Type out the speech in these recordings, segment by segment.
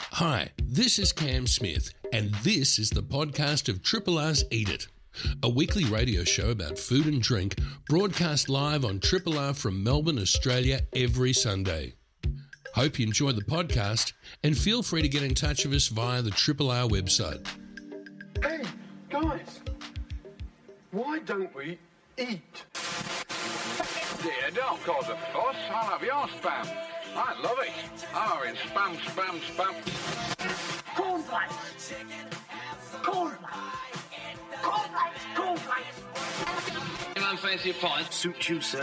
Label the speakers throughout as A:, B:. A: Hi, this is Cam Smith, and this is the podcast of Triple R's Eat It, a weekly radio show about food and drink broadcast live on Triple R from Melbourne, Australia every Sunday. Hope you enjoy the podcast and feel free to get in touch with us via the Triple R website.
B: Hey, guys, why don't we eat?
C: Dear, don't cause a fuss. I love your spam. I love it. Oh, it's spam, spam, spam.
D: Cornflakes. Cornflakes. Cornflakes. Cornflake.
C: An unfancy pint.
E: Suit you, sir.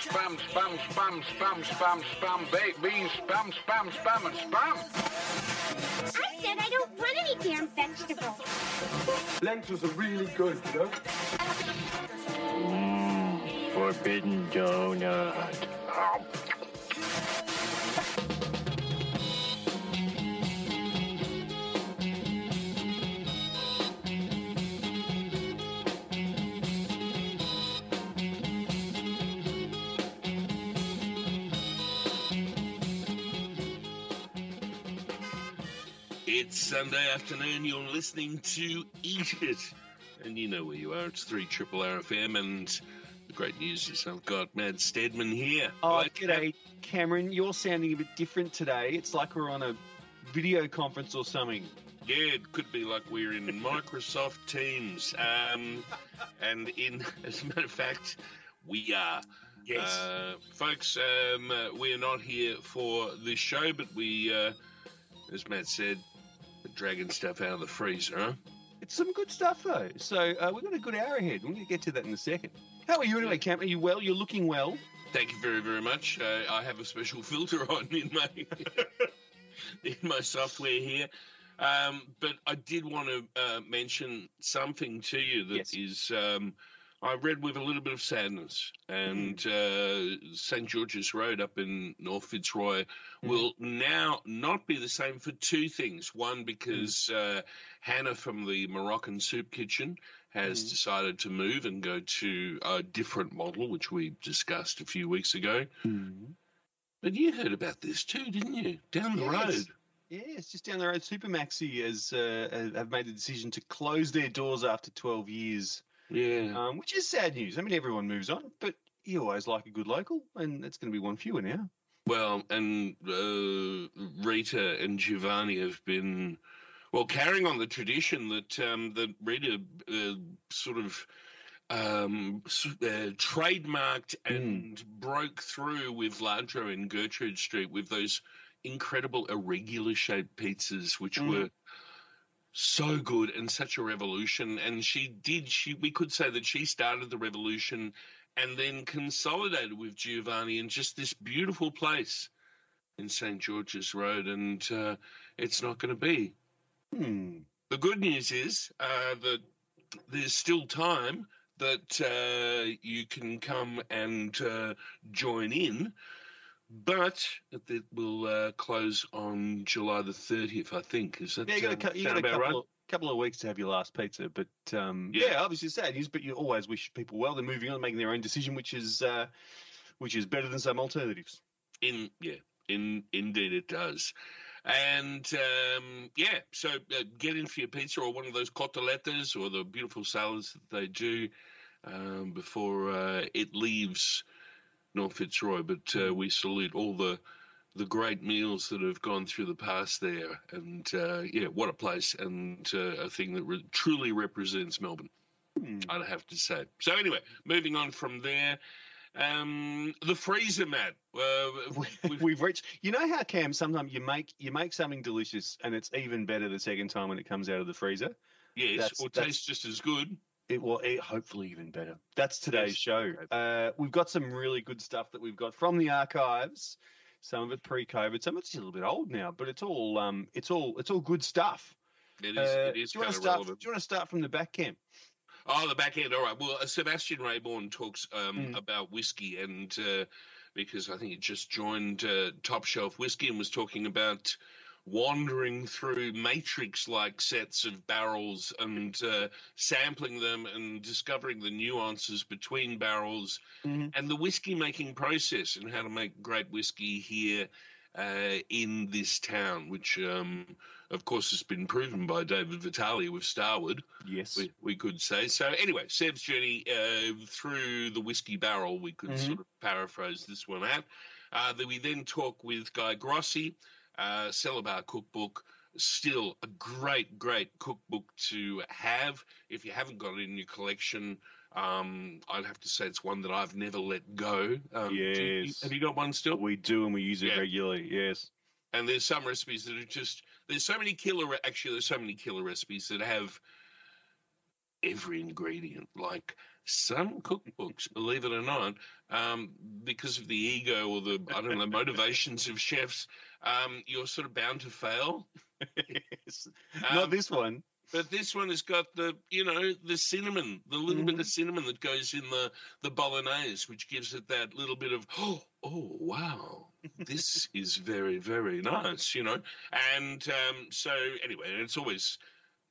C: Spam, spam, spam, spam, spam, spam. Baked beans, spam, spam, spam, and spam.
F: I said I don't want any damn vegetables.
B: Lentils are really good, you know?
E: Forbidden donut.
G: It's Sunday afternoon. You're listening to Eat It, and you know where you are. It's three Triple R FM, and the great news is I've got Mad Stedman here.
H: Oh,
G: Hello,
H: g'day, Cameron. You're sounding a bit different today. It's like we're on a video conference or something.
G: Mad. Yeah, it could be like we're in Microsoft Teams, um, and in as a matter of fact, we are. Uh, folks, um, uh, we're not here for this show, but we, uh, as Matt said, we're dragging stuff out of the freezer. Huh?
H: it's some good stuff, though. So uh, we've got a good hour ahead. We're going to get to that in a second. How are you anyway, Cam? Are you well? You're looking well.
G: Thank you very, very much. Uh, I have a special filter on in my in my software here, um, but I did want to uh, mention something to you that
H: Yes.
G: is. Um, I read with a little bit of sadness, and
H: Mm-hmm.
G: uh, St George's Road up in North Fitzroy will now not be the same for two things. One, because
H: Mm-hmm.
G: uh, Hannah from the Moroccan Soup Kitchen
H: Mm-hmm.
G: has decided to move and go to a different model, which we discussed a few weeks ago.
H: Mm-hmm.
G: But you heard about this too, didn't you? Down the
H: Yes.
G: road.
H: Yeah, it's just down the road. Supermaxi has uh, uh, have made the decision to close their doors after 12 years,
G: Yeah.
H: um, which is sad news. I mean, everyone moves on, but you always like a good local, and that's going to be one fewer now.
G: Well, and uh, Rita and Giovanni have been, well, carrying on the tradition that um, that Rita uh, sort of um, s- uh, trademarked and broke through with Ladro in Gertrude Street with those incredible irregular shaped pizzas, which
H: Mm.
G: were so good and such a revolution. And she did. She we could say that she started the revolution and then consolidated with Giovanni in just this beautiful place in St George's Road, and uh, it's not going to be.
H: Hmm.
G: The good news is uh, that there's still time that uh, you can come and uh, join in, but it will uh, close on July the 30th, I think. Is that
H: Yeah, you got a,
G: um,
H: cou- you got
G: sound
H: a
G: about
H: couple,
G: right?
H: of, couple of weeks to have your last pizza, but um,
G: Yeah.
H: yeah. obviously it's sad news. But you always wish people well. They're moving on, making their own decision, which is uh, which is better than some alternatives.
G: In yeah, in indeed it does. And um, yeah, so uh, get in for your pizza or one of those coteletas or the beautiful salads that they do um, before uh, it leaves North Fitzroy. But
H: Mm-hmm.
G: uh, we salute all the the great meals that have gone through the past there, and uh, yeah, what a place and uh, a thing that re- truly represents Melbourne.
H: Hmm.
G: I'd have to say. So anyway, moving on from there, um, the freezer, Matt. Uh,
H: We- We've reached. You know how Cam sometimes you make you make something delicious and it's even better the second time when it comes out of the freezer.
G: Yes,
H: That's-
G: or
H: that's-
G: tastes just as good.
H: It will it, hopefully even better. That's today's
G: Yes.
H: show. Uh, we've got some really good stuff that we've got from the archives. Some of it pre-COVID, some of it's a little bit old now, but it's all um, it's all it's all good stuff.
G: It is.
H: Uh,
G: it is
H: do you wanna
G: kind of
H: start,
G: relevant.
H: Do you want to start from the back camp?
G: Oh, the back end. All right. Well, uh, Sebastian Rayborn talks um,
H: Mm.
G: about whiskey, and uh, because I think he just joined uh, Top Shelf Whiskey and was talking about wandering through matrix-like sets of barrels and uh, sampling them and discovering the nuances between barrels
H: Mhm.
G: and the whiskey making process and how to make great whiskey here uh, in this town, which, um, of course, has been proven by David Vitale with Starwood,
H: Yes.
G: we, we could say. So, anyway, Seb's journey uh, through the whiskey barrel, we could
H: Mhm.
G: sort of paraphrase this one out. Uh, then we then talk with Guy Grossi, uh, Celibar Cookbook. Still a great, great cookbook to have. If you haven't got it in your collection, um, I'd have to say it's one that I've never let go. Um, do you-
H: Yes.
G: have you got one still?
H: We do, and we use it
G: Yeah.
H: regularly. Yes.
G: and there's some recipes that are just there's so many killer re- actually there's so many killer recipes that have every ingredient like some cookbooks believe it or not um, because of the ego or the i don't know motivations of chefs um, you're sort of bound to fail
H: yes. Not
G: Um,
H: this one.
G: but this one has got the you know the cinnamon the little bit of cinnamon that goes in the the bolognese which gives it that little bit of oh, oh wow this is very very nice you know and um, so anyway and it's always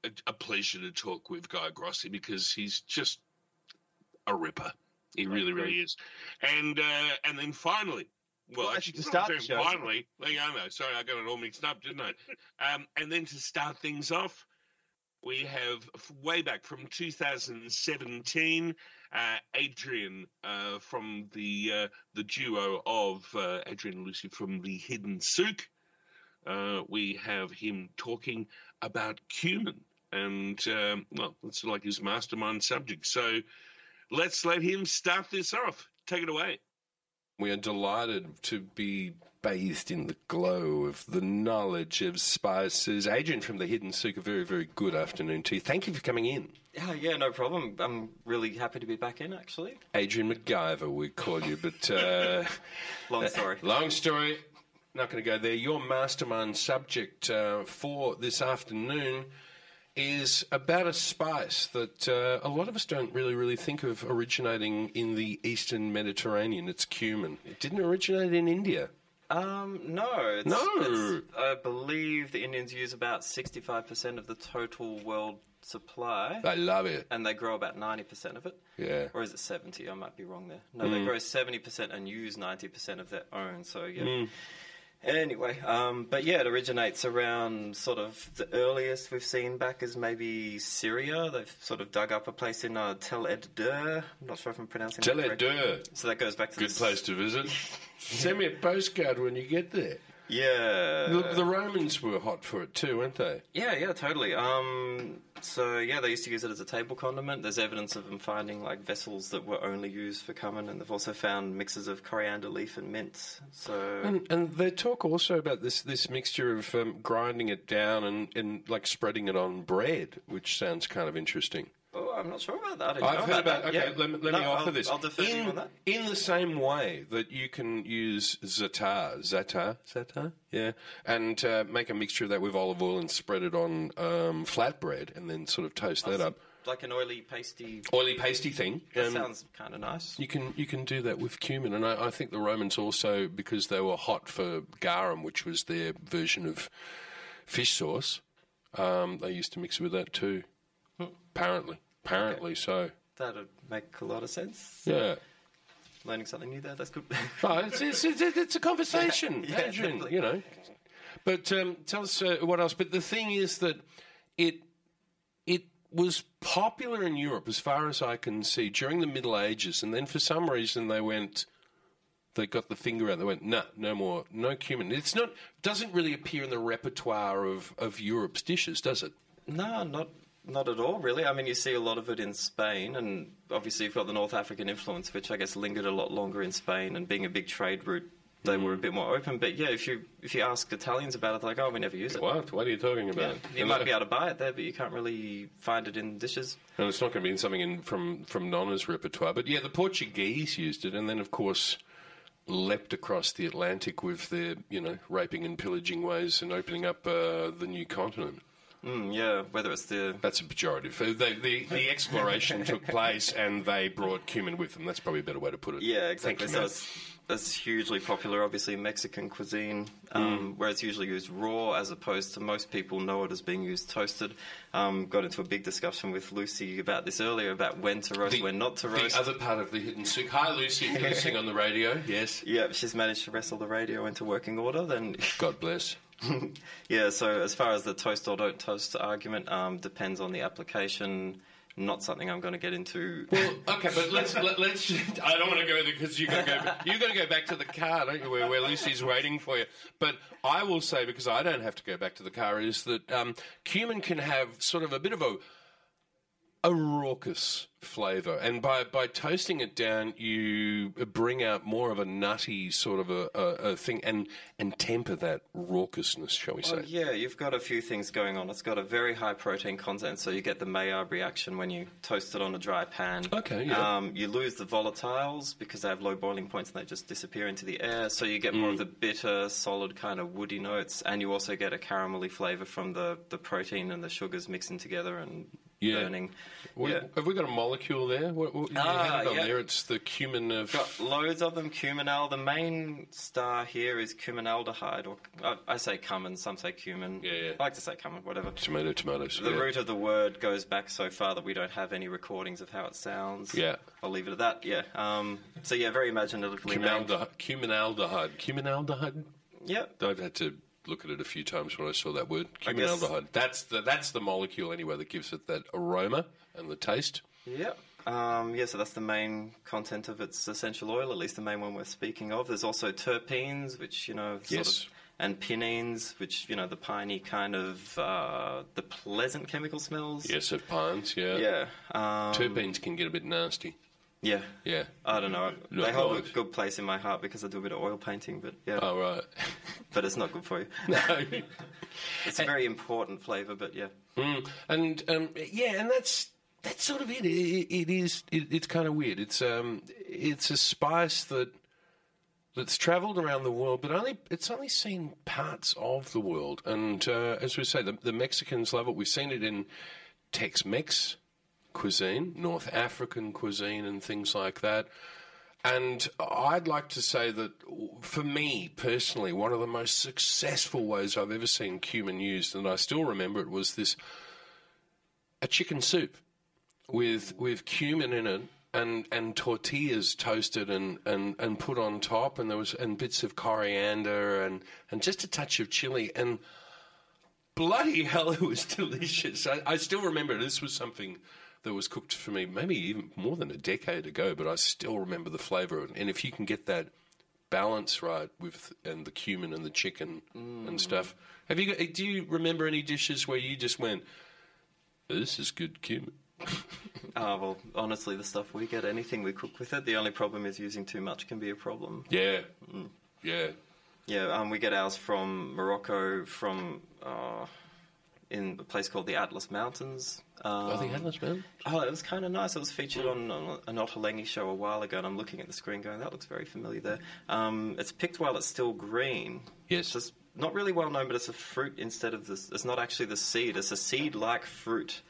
G: a, a pleasure to talk with guy grossi because he's just a ripper he really really is and uh, and then finally well,
H: Well,
G: actually,
H: actually, to
G: not
H: start the
G: then
H: show-
G: finally, there you go, no, Sorry, I got it all mixed up, didn't I? Um, and then to start things off, we have f- way back from 2017, uh, Adrian uh, from the uh, the duo of uh, Adrian and Lucy from the Hidden Souk. Uh, we have him talking about cumin, and um, well, it's like his mastermind subject. So let's let him start this off. Take it away.
I: We are delighted to be bathed in the glow of the knowledge of spices. Adrian from the Hidden Souk, a very, very good afternoon to you. Thank you for coming in.
J: Oh, yeah, no problem. I'm really happy to be back in, actually.
I: Adrian MacGyver, we call you, but uh,
J: Long story.
I: long story. Not going to go there. Your mastermind subject uh, for this afternoon is about a spice that uh, a lot of us don't really, really think of originating in the Eastern Mediterranean. It's cumin. It didn't originate in India.
J: Um, no. It's,
I: No.
J: It's, I believe the Indians use about 65% of the total world supply,
I: I love it.
J: and they grow about 90% of it.
I: Yeah. Mm.
J: Or is it 70? I might be wrong there. No, they grow 70% and use 90% of their own, so yeah.
I: Mm.
J: Anyway, um, but yeah, it originates around sort of the earliest we've seen back is maybe Syria. They've sort of dug up a place in uh, Tel Ed-Dur. I'm not sure if I'm pronouncing
I: Tell
J: that
I: it,
J: correctly.
I: Dur.
J: So that goes back to
I: Good
J: this-
I: place to visit. Send me a postcard when you get there.
J: Yeah.
I: The, the Romans were hot for it too, weren't they?
J: Yeah, yeah, totally. Um, so yeah, they used to use it as a table condiment. There's evidence of them finding like vessels that were only used for cumin, and they've also found mixes of coriander leaf and mint. So
I: And, and they talk also about this, this mixture of um, grinding it down and, and like spreading it on bread, which sounds kind of interesting.
J: oh, I'm not sure about that. I didn't know
I: I've heard about.
J: that.
I: Okay,
J: Yeah.
I: let me, let
J: No,
I: me offer
J: I'll-
I: this.
J: I'll defer to
I: in,
J: you on that.
I: in the same way that you can use za'atar, za'atar, za'atar, yeah, and uh, make a mixture of that with olive oil and spread it on um, flatbread and then sort of toast that up.
J: Like an oily, pasty.
I: Oily, pasty thing.
J: That
I: Um,
J: sounds kind of nice.
I: You can you can do that with cumin, and I, I think the Romans also because they were hot for garum, which was their version of fish sauce. Um, they used to mix it with that too. Apparently, apparently so.
J: That'd make a lot of sense.
I: Yeah.
J: Learning something new there. That's good.
I: Oh, it's, it's, it's, it's a conversation,
J: Yeah,
I: Adrian,
J: definitely.
I: you know. But um, tell us uh, what else. But the thing is that it it was popular in Europe, as far as I can see, during the Middle Ages, and then for some reason they went, they got the finger out. They went, no, no more, no cumin. It's not doesn't really appear in the repertoire of of Europe's dishes, does it?
J: No, not not at all, really. I mean, you see a lot of it in Spain, and obviously you've got the North African influence, which I guess lingered a lot longer in Spain, and being a big trade route, they were a bit more open. But yeah, if you if you ask Italians about it, they're like, oh, we never use it.
I: What? What are you talking
J: Yeah.
I: about?
J: You might be able to buy it there, but you can't really find it in dishes.
I: And it's not going to be in something in, from from Nonna's repertoire, but yeah, the Portuguese used it, and then of course leapt across the Atlantic with their you know raping and pillaging ways and opening up uh, the new continent.
J: Mm, yeah, whether it's the
I: That's a pejorative. Uh, The, the, the exploration took place, and they brought cumin with them. That's probably a better way to put it.
J: yeah
I: Thank
J: exactly.
I: you,
J: so
I: Matt.
J: it's is hugely popular, obviously, in Mexican cuisine,
I: Hmm.
J: um, where it's usually used raw as opposed to most people know it as being used toasted. Um, got into a big discussion with Lucy about this earlier about when to roast, when not to roast.
I: The other part of the hidden soup. Hi, Lucy. You're listening on the radio. Yes.
J: yeah, she's managed to wrestle the radio into working order. Then
I: God bless.
J: yeah, so as far as the toast or don't toast argument, um, depends on the application. Not something I'm going to get into.
I: Okay, but let's let, let's. I don't want to go there because you got to go. You got to go back to the car, don't you? Where, where Lucy's waiting for you. But I will say because I don't have to go back to the car is that um, cumin can have sort of a bit of a a raucous flavour, and by by toasting it down, you bring out more of a nutty sort of a, a, a thing, and and temper that raucousness, shall we say?
J: Oh, yeah, you've got a few things going on. It's got a very high protein content, so you get the Maillard reaction when you toast it on a dry pan.
I: Okay, yeah.
J: Um, you lose the volatiles because they have low boiling points and they just disappear into the air, so you get more
I: Mm.
J: of the bitter, solid kind of woody notes, and you also get a caramelly flavour from the, the protein and the sugars mixing together and
I: Yeah.
J: burning.
I: We-
J: yeah.
I: Have we got a molecule there? What, what, you
J: Ah,
I: had it on
J: yeah.
I: there. It's the cumin of.
J: Got loads of them. Cuminal. The main star here is cuminaldehyde, or I, I say cumin. Some say cumin. Yeah, yeah. I like to say cumin. Whatever.
I: Tomato, tomatoes.
J: The
I: yeah.
J: root of the word goes back so far that we don't have any recordings of how it sounds.
I: Yeah.
J: I'll leave it at that. Yeah. Um, so yeah, very imaginatively named.
I: Cuminaldehyde. Cuminaldehyde. Cuminaldehyde.
J: Yep.
I: I've had to look at it a few times when I saw that word.
J: I guess-
I: Cuminaldehyde. That's the that's the molecule anyway that gives it that aroma and the taste.
J: Yep. Um, yeah, so that's the main content of its essential oil, at least the main one we're speaking of. There's also terpenes, which, you know, sort
I: Yes.
J: of, and pinines, which, you know, the piney kind of, uh, the pleasant chemical smells.
I: Yes, of pines. Yeah.
J: Yeah. Um,
I: Terpenes can get a bit nasty.
J: yeah.
I: Yeah.
J: I don't know.
I: Look,
J: they hold a
I: right.
J: good place in my heart because I do a bit of oil painting, but yeah.
I: All right.
J: But it's not good for you.
I: no.
J: It's a very important flavour, but yeah.
I: Mm. And um, yeah, and that's that's sort of it. It, it is. It, it's kind of weird. It's um, it's a spice that that's travelled around the world, but only it's only seen parts of the world. And uh, as we say, the, the Mexicans love it. We've seen it in Tex-Mex cuisine, North African cuisine, and things like that. And I'd like to say that for me personally, one of the most successful ways I've ever seen cumin used, and I still remember it, was this a chicken soup with with cumin in it and and tortillas toasted and, and, and put on top and there was and bits of coriander and, and just a touch of chili and bloody hell it was delicious. I, I still remember this was something that was cooked for me maybe even more than a decade ago, but I still remember the flavour of it. And if you can get that balance right with and the cumin and the chicken and stuff. Have you got, do you remember any dishes where you just went, This is good cumin?
J: Ah, well, honestly, the stuff we get, anything we cook with it, the only problem is using too much can be a problem.
I: Yeah. mm, Yeah.
J: Yeah, um, we get ours from Morocco, from uh, in a place called the Atlas Mountains. Um,
I: I think Atlas Mountain.
J: Oh, it was kind of nice. It was featured on, on an Ottolenghi show a while ago, and I'm looking at the screen going, that looks very familiar there. Um, it's picked while it's still green.
I: Yes.
J: So It's not really well known, but it's a fruit instead of this. It's not actually the seed, it's a seed like fruit.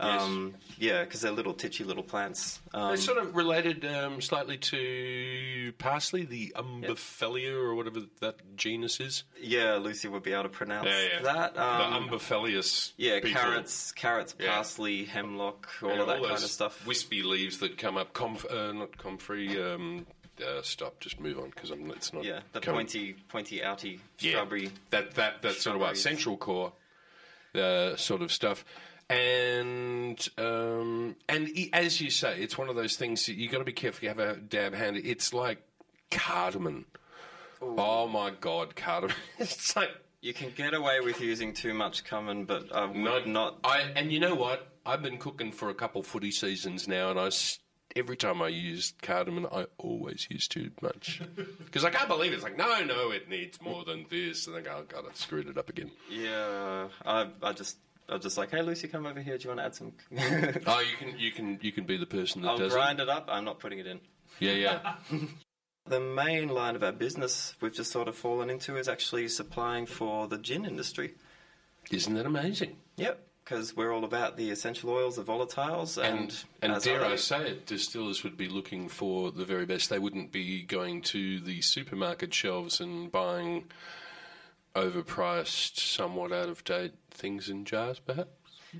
J: Um, Yeah, because they're little titchy little plants. Um,
I: it's sort of related um, slightly to parsley, the umbellifer or whatever that genus is.
J: yeah, Lucy would be able to pronounce that. Um,
I: the umbelliferous.
J: yeah,
I: people.
J: carrots, carrots,
I: Yeah.
J: parsley, hemlock, all
I: Yeah,
J: of that
I: all
J: kind of
I: those
J: stuff.
I: Wispy leaves that come up. Comf- uh, not comfrey. Um, uh, stop. Just move on because I'm. It's not.
J: yeah, the
I: coming-
J: pointy, pointy, outy,
I: Yeah,
J: shrubbery.
I: That that that sort of our
J: Shrubberies.
I: central core, uh, sort of stuff, and um, and e- as you say, it's one of those things that you got to be careful. You have a dab hand. It's like cardamom. Oh my God, cardamom! it's like
J: You can get away with using too much cumin, but I would
I: no,
J: not.
I: I and you know what? I've been cooking for a couple footy seasons now, and I s- every time I use cardamom, I always use too much because I can't believe it. it's like no, no, it needs more than this, and I go, oh God, I screwed it up again.
J: Yeah, I, I just, I was just like, hey, Lucy, come over here. Do you want to add some?
I: Oh, you can you can you can be the person that
J: I'll
I: does
J: grind it up. I'm not putting it in.
I: it. Yeah, yeah.
J: The main line of our business we've just sort of fallen into is actually supplying for the gin industry.
I: Isn't that amazing?
J: Yep. because we're all about the essential oils, the volatiles, and
I: And
J: as
I: dare I
J: other-
I: say it, distillers would be looking for the very best. They wouldn't be going to the supermarket shelves and buying overpriced, somewhat out of date things in jars, perhaps.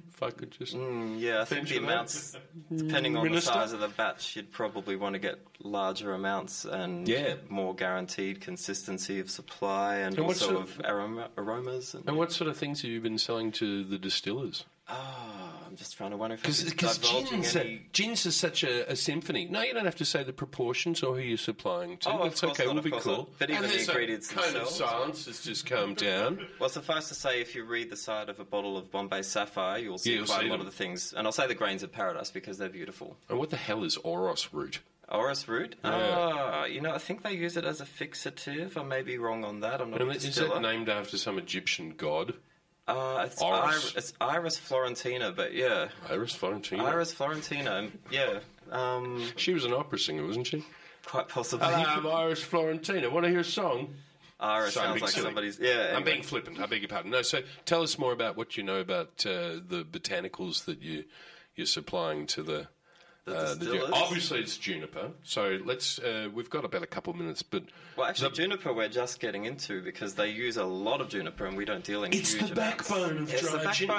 I: If I could just.
J: Mm, yeah, I think the
I: venture that.
J: amounts, depending on
I: Minister?
J: the size of the batch, you'd probably want to get larger amounts and
I: Yeah.
J: more guaranteed consistency of supply and,
I: And what
J: also
I: sort
J: of aroma, aromas. And,
I: And what sort of things have you been selling to the distillers?
J: Ah, I'm just trying to wonder if it's
I: Because
J: divulging
I: gins,
J: any.
I: are- gins is such a, a symphony. No, you don't have to say the proportions or who you're supplying to.
J: Oh, of
I: That's
J: course
I: okay.
J: not,
I: we'll
J: of
I: be
J: course
I: cool.
J: not. But even
I: And
J: the
I: there's a
J: ingredients
I: cone of
J: themselves.
I: silence has just calmed down.
J: Well, suffice to say, if you read the side of a bottle of Bombay Sapphire, you'll see
I: Yeah, you'll
J: quite
I: see
J: a lot of
I: them.
J: the things. And I'll say the grains of paradise because they're beautiful.
I: And what the hell is Oros root?
J: Orris root?
I: Yeah.
J: Ah, you know, I think they use it as a fixative. I may be wrong on that. I'm not
I: And
J: a
I: is
J: distiller.
I: that named after some Egyptian god?
J: Uh, it's,
I: Iris.
J: Iris. it's Iris Florentina, but yeah.
I: Iris Florentina.
J: Iris Florentina, and- yeah. Um,
I: She was an opera singer, wasn't she?
J: quite possibly.
I: Hello, I'm Iris Florentina. Want to hear a song?
J: Iris
I: Um, Sorry, I'm
J: sounds
I: being
J: like
I: silly.
J: somebody's. Yeah,
I: I'm
J: anyway.
I: being uh, flippant. I beg your pardon. No, so tell us more about what you know about uh, the botanicals that you you're supplying to the.
J: The
I: uh, the ju-
J: distillers?
I: obviously, it's juniper. So let's. Uh, we've got about a couple minutes, but
J: Well, actually, juniper we're just getting into because they use a lot of juniper and we don't deal in huge amounts. It's the backbone.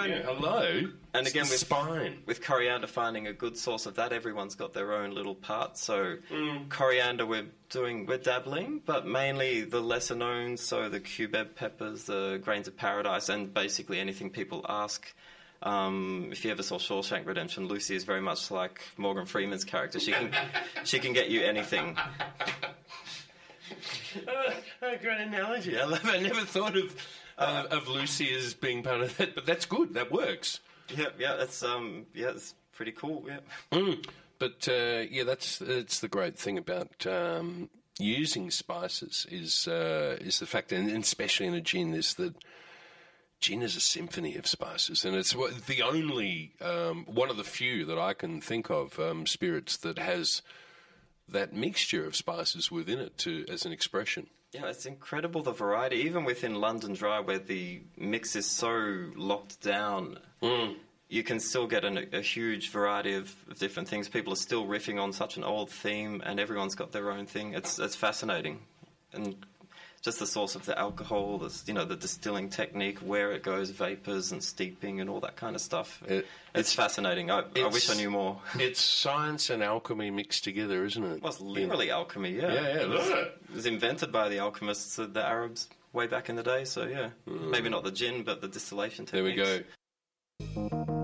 I: Yeah, hello,
J: And
I: It's
J: again,
I: the
J: with-
I: spine.
J: With coriander finding a good source of that, everyone's got their own little part. So
I: Mm.
J: coriander, we're doing, we're dabbling, but mainly the lesser known, so the cubeb peppers, the grains of paradise, and basically anything people ask. Um, if you ever saw Shawshank Redemption, Lucy is very much like Morgan Freeman's character. She can, she can get you anything.
I: Oh, great analogy. I love. I never thought of uh, of Lucy as being part of that, but that's good. That works.
J: Yeah, yeah, that's um, yeah, it's pretty cool. Yeah.
I: But uh, yeah, that's that's the great thing about um, using spices is uh, is the fact, and especially in a gin, is that gin is a symphony of spices, and it's what- the only um, one of the few that I can think of um, spirits that has that mixture of spices within it to as an expression.
J: Yeah, it's incredible the variety, even within London Dry, where the mix is so locked down. Mm. You can still get an, a huge variety of, of different things. People are still riffing on such an old theme, and everyone's got their own thing. It's it's fascinating, and just the source of the alcohol, the s- you know the distilling technique, where it goes, vapors and steeping, and all that kind of stuff.
I: It-
J: it's, fascinating. I, I wish I
I: it's-
J: knew more.
I: It's science and alchemy mixed together, isn't it?
J: Well, it's literally alchemy, yeah.
I: Yeah, yeah,
J: It was,
I: look at it.
J: it was invented by the alchemists, of the Arabs, way back in the day. So yeah, maybe not the gin, but the distillation
I: Hmm. There we
J: techniques.
I: go.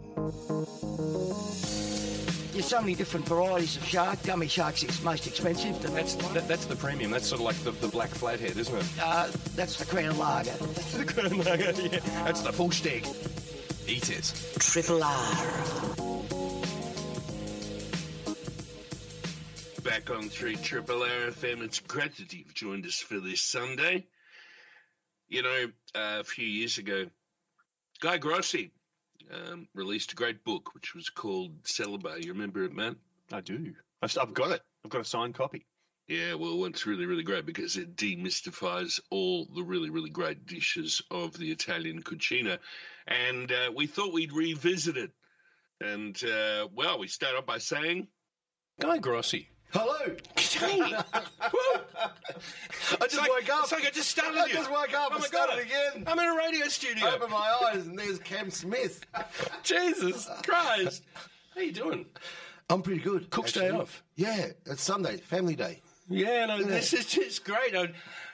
K: There's so many different varieties of shark. Gummy shark's ex- most expensive. The,
I: That's that, that's the premium. That's sort of like the, the black flathead, isn't it?
K: uh, that's the crown lager. the crown lager, yeah.
I: That's the full steak.
L: Eat it.
K: Triple R.
G: Back on 3 Triple R FM. It's great that you've joined us for this Sunday. You know, uh, a few years ago, Guy Grossi um, released a great book which was called Celebrate. You remember it, man?
H: I do. I've, I've got it. I've got a signed copy.
G: Yeah, well, it's really, really great because it demystifies all the really, really great dishes of the Italian cucina. And uh, we thought we'd revisit it. And, uh, well, we start off by saying.
I: Guy Grossi.
G: Hello.
I: I
G: just woke up.
I: It's like I just started
M: I
I: it.
M: just woke up
I: Oh
M: and
I: my
M: started
I: God.
M: again.
I: I'm in a radio studio.
M: Open my eyes and there's Cam Smith.
I: Jesus Christ. How you doing?
M: I'm pretty good.
I: Cook's day off.
M: Yeah, it's Sunday, family day.
I: Yeah, no,
M: Yeah.
I: this is just great. I,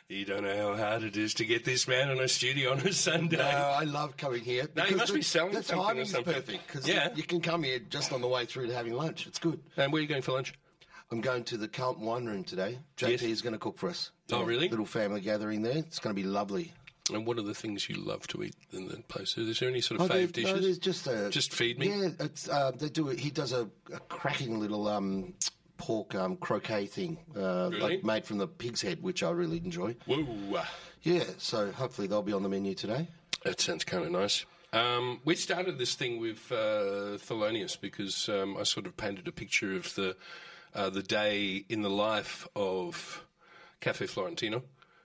I: you don't know how hard it is to get this man in a studio on a Sunday.
M: No, Uh, I love coming here.
I: No, you
M: because
I: must
M: the,
I: be selling
M: the
I: something or
M: timing's
I: something.
M: perfect because
I: Yeah.
M: you, can come here just on the way through to having lunch. It's good.
I: And where are you going for lunch?
M: I'm going to the Carlton Wine Room today. JP is going to cook for us.
I: Oh, really?
M: Little family gathering there. It's going to be lovely.
I: And what are the things you love to eat in that place? Is there any sort
M: Oh,
I: of
M: there-
I: fave
M: No,
I: dishes?
M: there's just a
I: Just feed me?
M: Yeah, it's uh, they do. it. He does a, a cracking little um, pork um, croquet thing, uh,
I: Really?
M: like made from the pig's head, which I really enjoy.
I: Whoa.
M: Yeah, so hopefully they'll be on the menu today.
I: That sounds kind of nice. Um, we started this thing with uh, Thelonious because um, I sort of painted a picture of the uh, the day in the life of Cafe Florentino,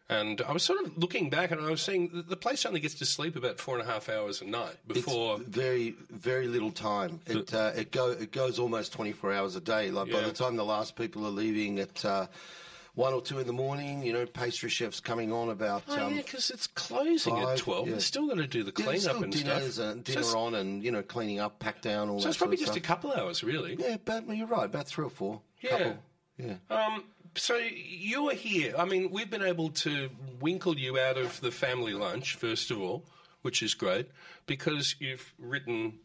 I: And I was sort of looking back, and I was seeing the- the place only gets to sleep about four and a half hours a night before.
M: It's very very little time. It uh, it go it goes almost twenty four hours a day. Like by
I: Yeah.
M: the time the last people are leaving at uh, one or two in the morning, you know, pastry chefs coming on about.
I: Oh,
M: um,
I: yeah, because it's closing at
M: five,
I: 12.
M: yeah.
I: They're still going to do the
M: Yeah,
I: cleanup
M: there's still
I: and
M: dinners
I: stuff.
M: and
I: So
M: dinner
I: it's-
M: on and you know cleaning up, pack down, all
I: So
M: that.
I: it's probably
M: sort of
I: just a
M: stuff.
I: couple hours, really.
M: Yeah, but well, you're right. About three or four.
I: Yeah.
M: Couple. Yeah.
I: Um, so you are here. I mean, we've been able to winkle you out of the family lunch, first of all, which is great, because you've written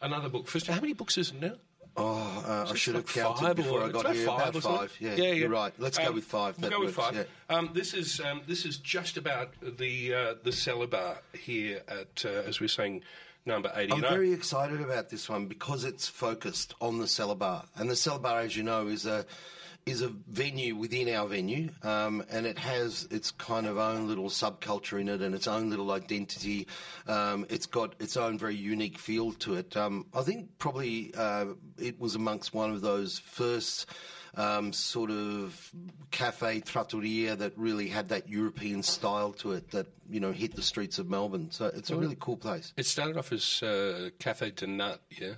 I: another book. First, how many books is it now?
M: Oh, uh, I
I: It's
M: should have
I: like
M: counted
I: five
M: before
I: or-
M: I
I: it's
M: got
I: about
M: here.
I: five or
M: about
I: something.
M: five. Yeah, you're right. Let's go
I: Um,
M: with five.
I: We'll
M: That
I: go with
M: works,
I: five.
M: yeah.
I: Um, this is um, this is just about the uh, the cellar bar here at uh, as we're saying number eighty.
M: I'm very excited about this one because it's focused on the cellar bar, and the cellar bar, as you know, is a is a venue within our venue, um, and it has its kind of own little subculture in it and its own little identity. Um, it's got its own very unique feel to it. Um, I think probably uh, it was amongst one of those first um, sort of cafe trattoria that really had that European style to it that you know hit the streets of Melbourne. So it's a really cool place.
I: it started off as uh, Cafe de Nut, yeah.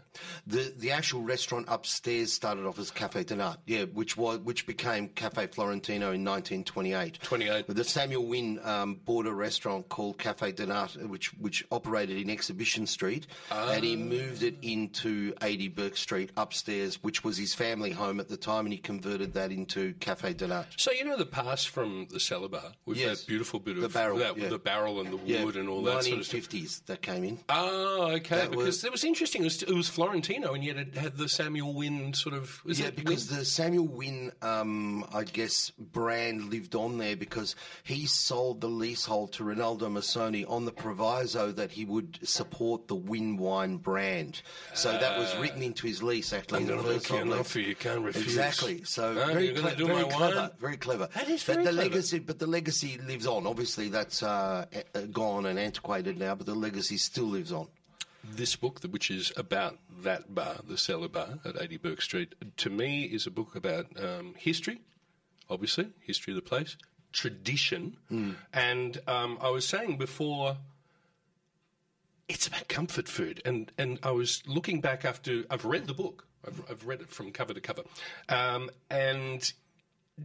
M: The the actual restaurant upstairs started off as Cafe Donut, yeah, which was which became Cafe Florentino in 1928.
I: 28.
M: The Samuel Wynne um, bought a restaurant called Cafe Donut, which which operated in Exhibition Street,
I: Ah.
M: and he moved it into 80 Burke Street upstairs, which was his family home at the time, and he converted that into Cafe Donut.
I: So you know the pass from the cellar bar with that beautiful bit of
M: The barrel,
I: that,
M: yeah.
I: the barrel and the
M: Yeah,
I: wood and all that sort of stuff.
M: 1950s that came in.
I: Oh, okay.
M: That
I: because
M: was-
I: it was interesting. It was, it was Florentino, and yet it had the Samuel Wynne sort of. Is
M: yeah,
I: that
M: because the Samuel Wynn, um, I guess, brand lived on there because he sold the leasehold to Ronaldo Massoni on the proviso that he would support the Wynn wine brand. So that was
I: Ah.
M: written into his lease, actually.
I: I'm
M: in the
I: gonna make
M: first
I: you an
M: lease.
I: offer you can't refuse.
M: Exactly. So
I: Ah,
M: very,
I: you're gonna
M: cle-
I: do
M: very
I: my
M: clever.
I: wine?
M: Very clever.
I: That is
M: but
I: very
M: the
I: clever.
M: legacy, but the legacy lives on. Obviously, that's uh, eh, eh, gone and antiquated now, but the legacy still lives on.
I: this book, that- which is about that bar, the cellar bar at 80 Burke Street, to me is a book about um, history, obviously, history of the place, tradition. And um, I was saying before, it's about comfort food. And, and I was looking back after I've read the book, I've, I've read it from cover to cover. Um, and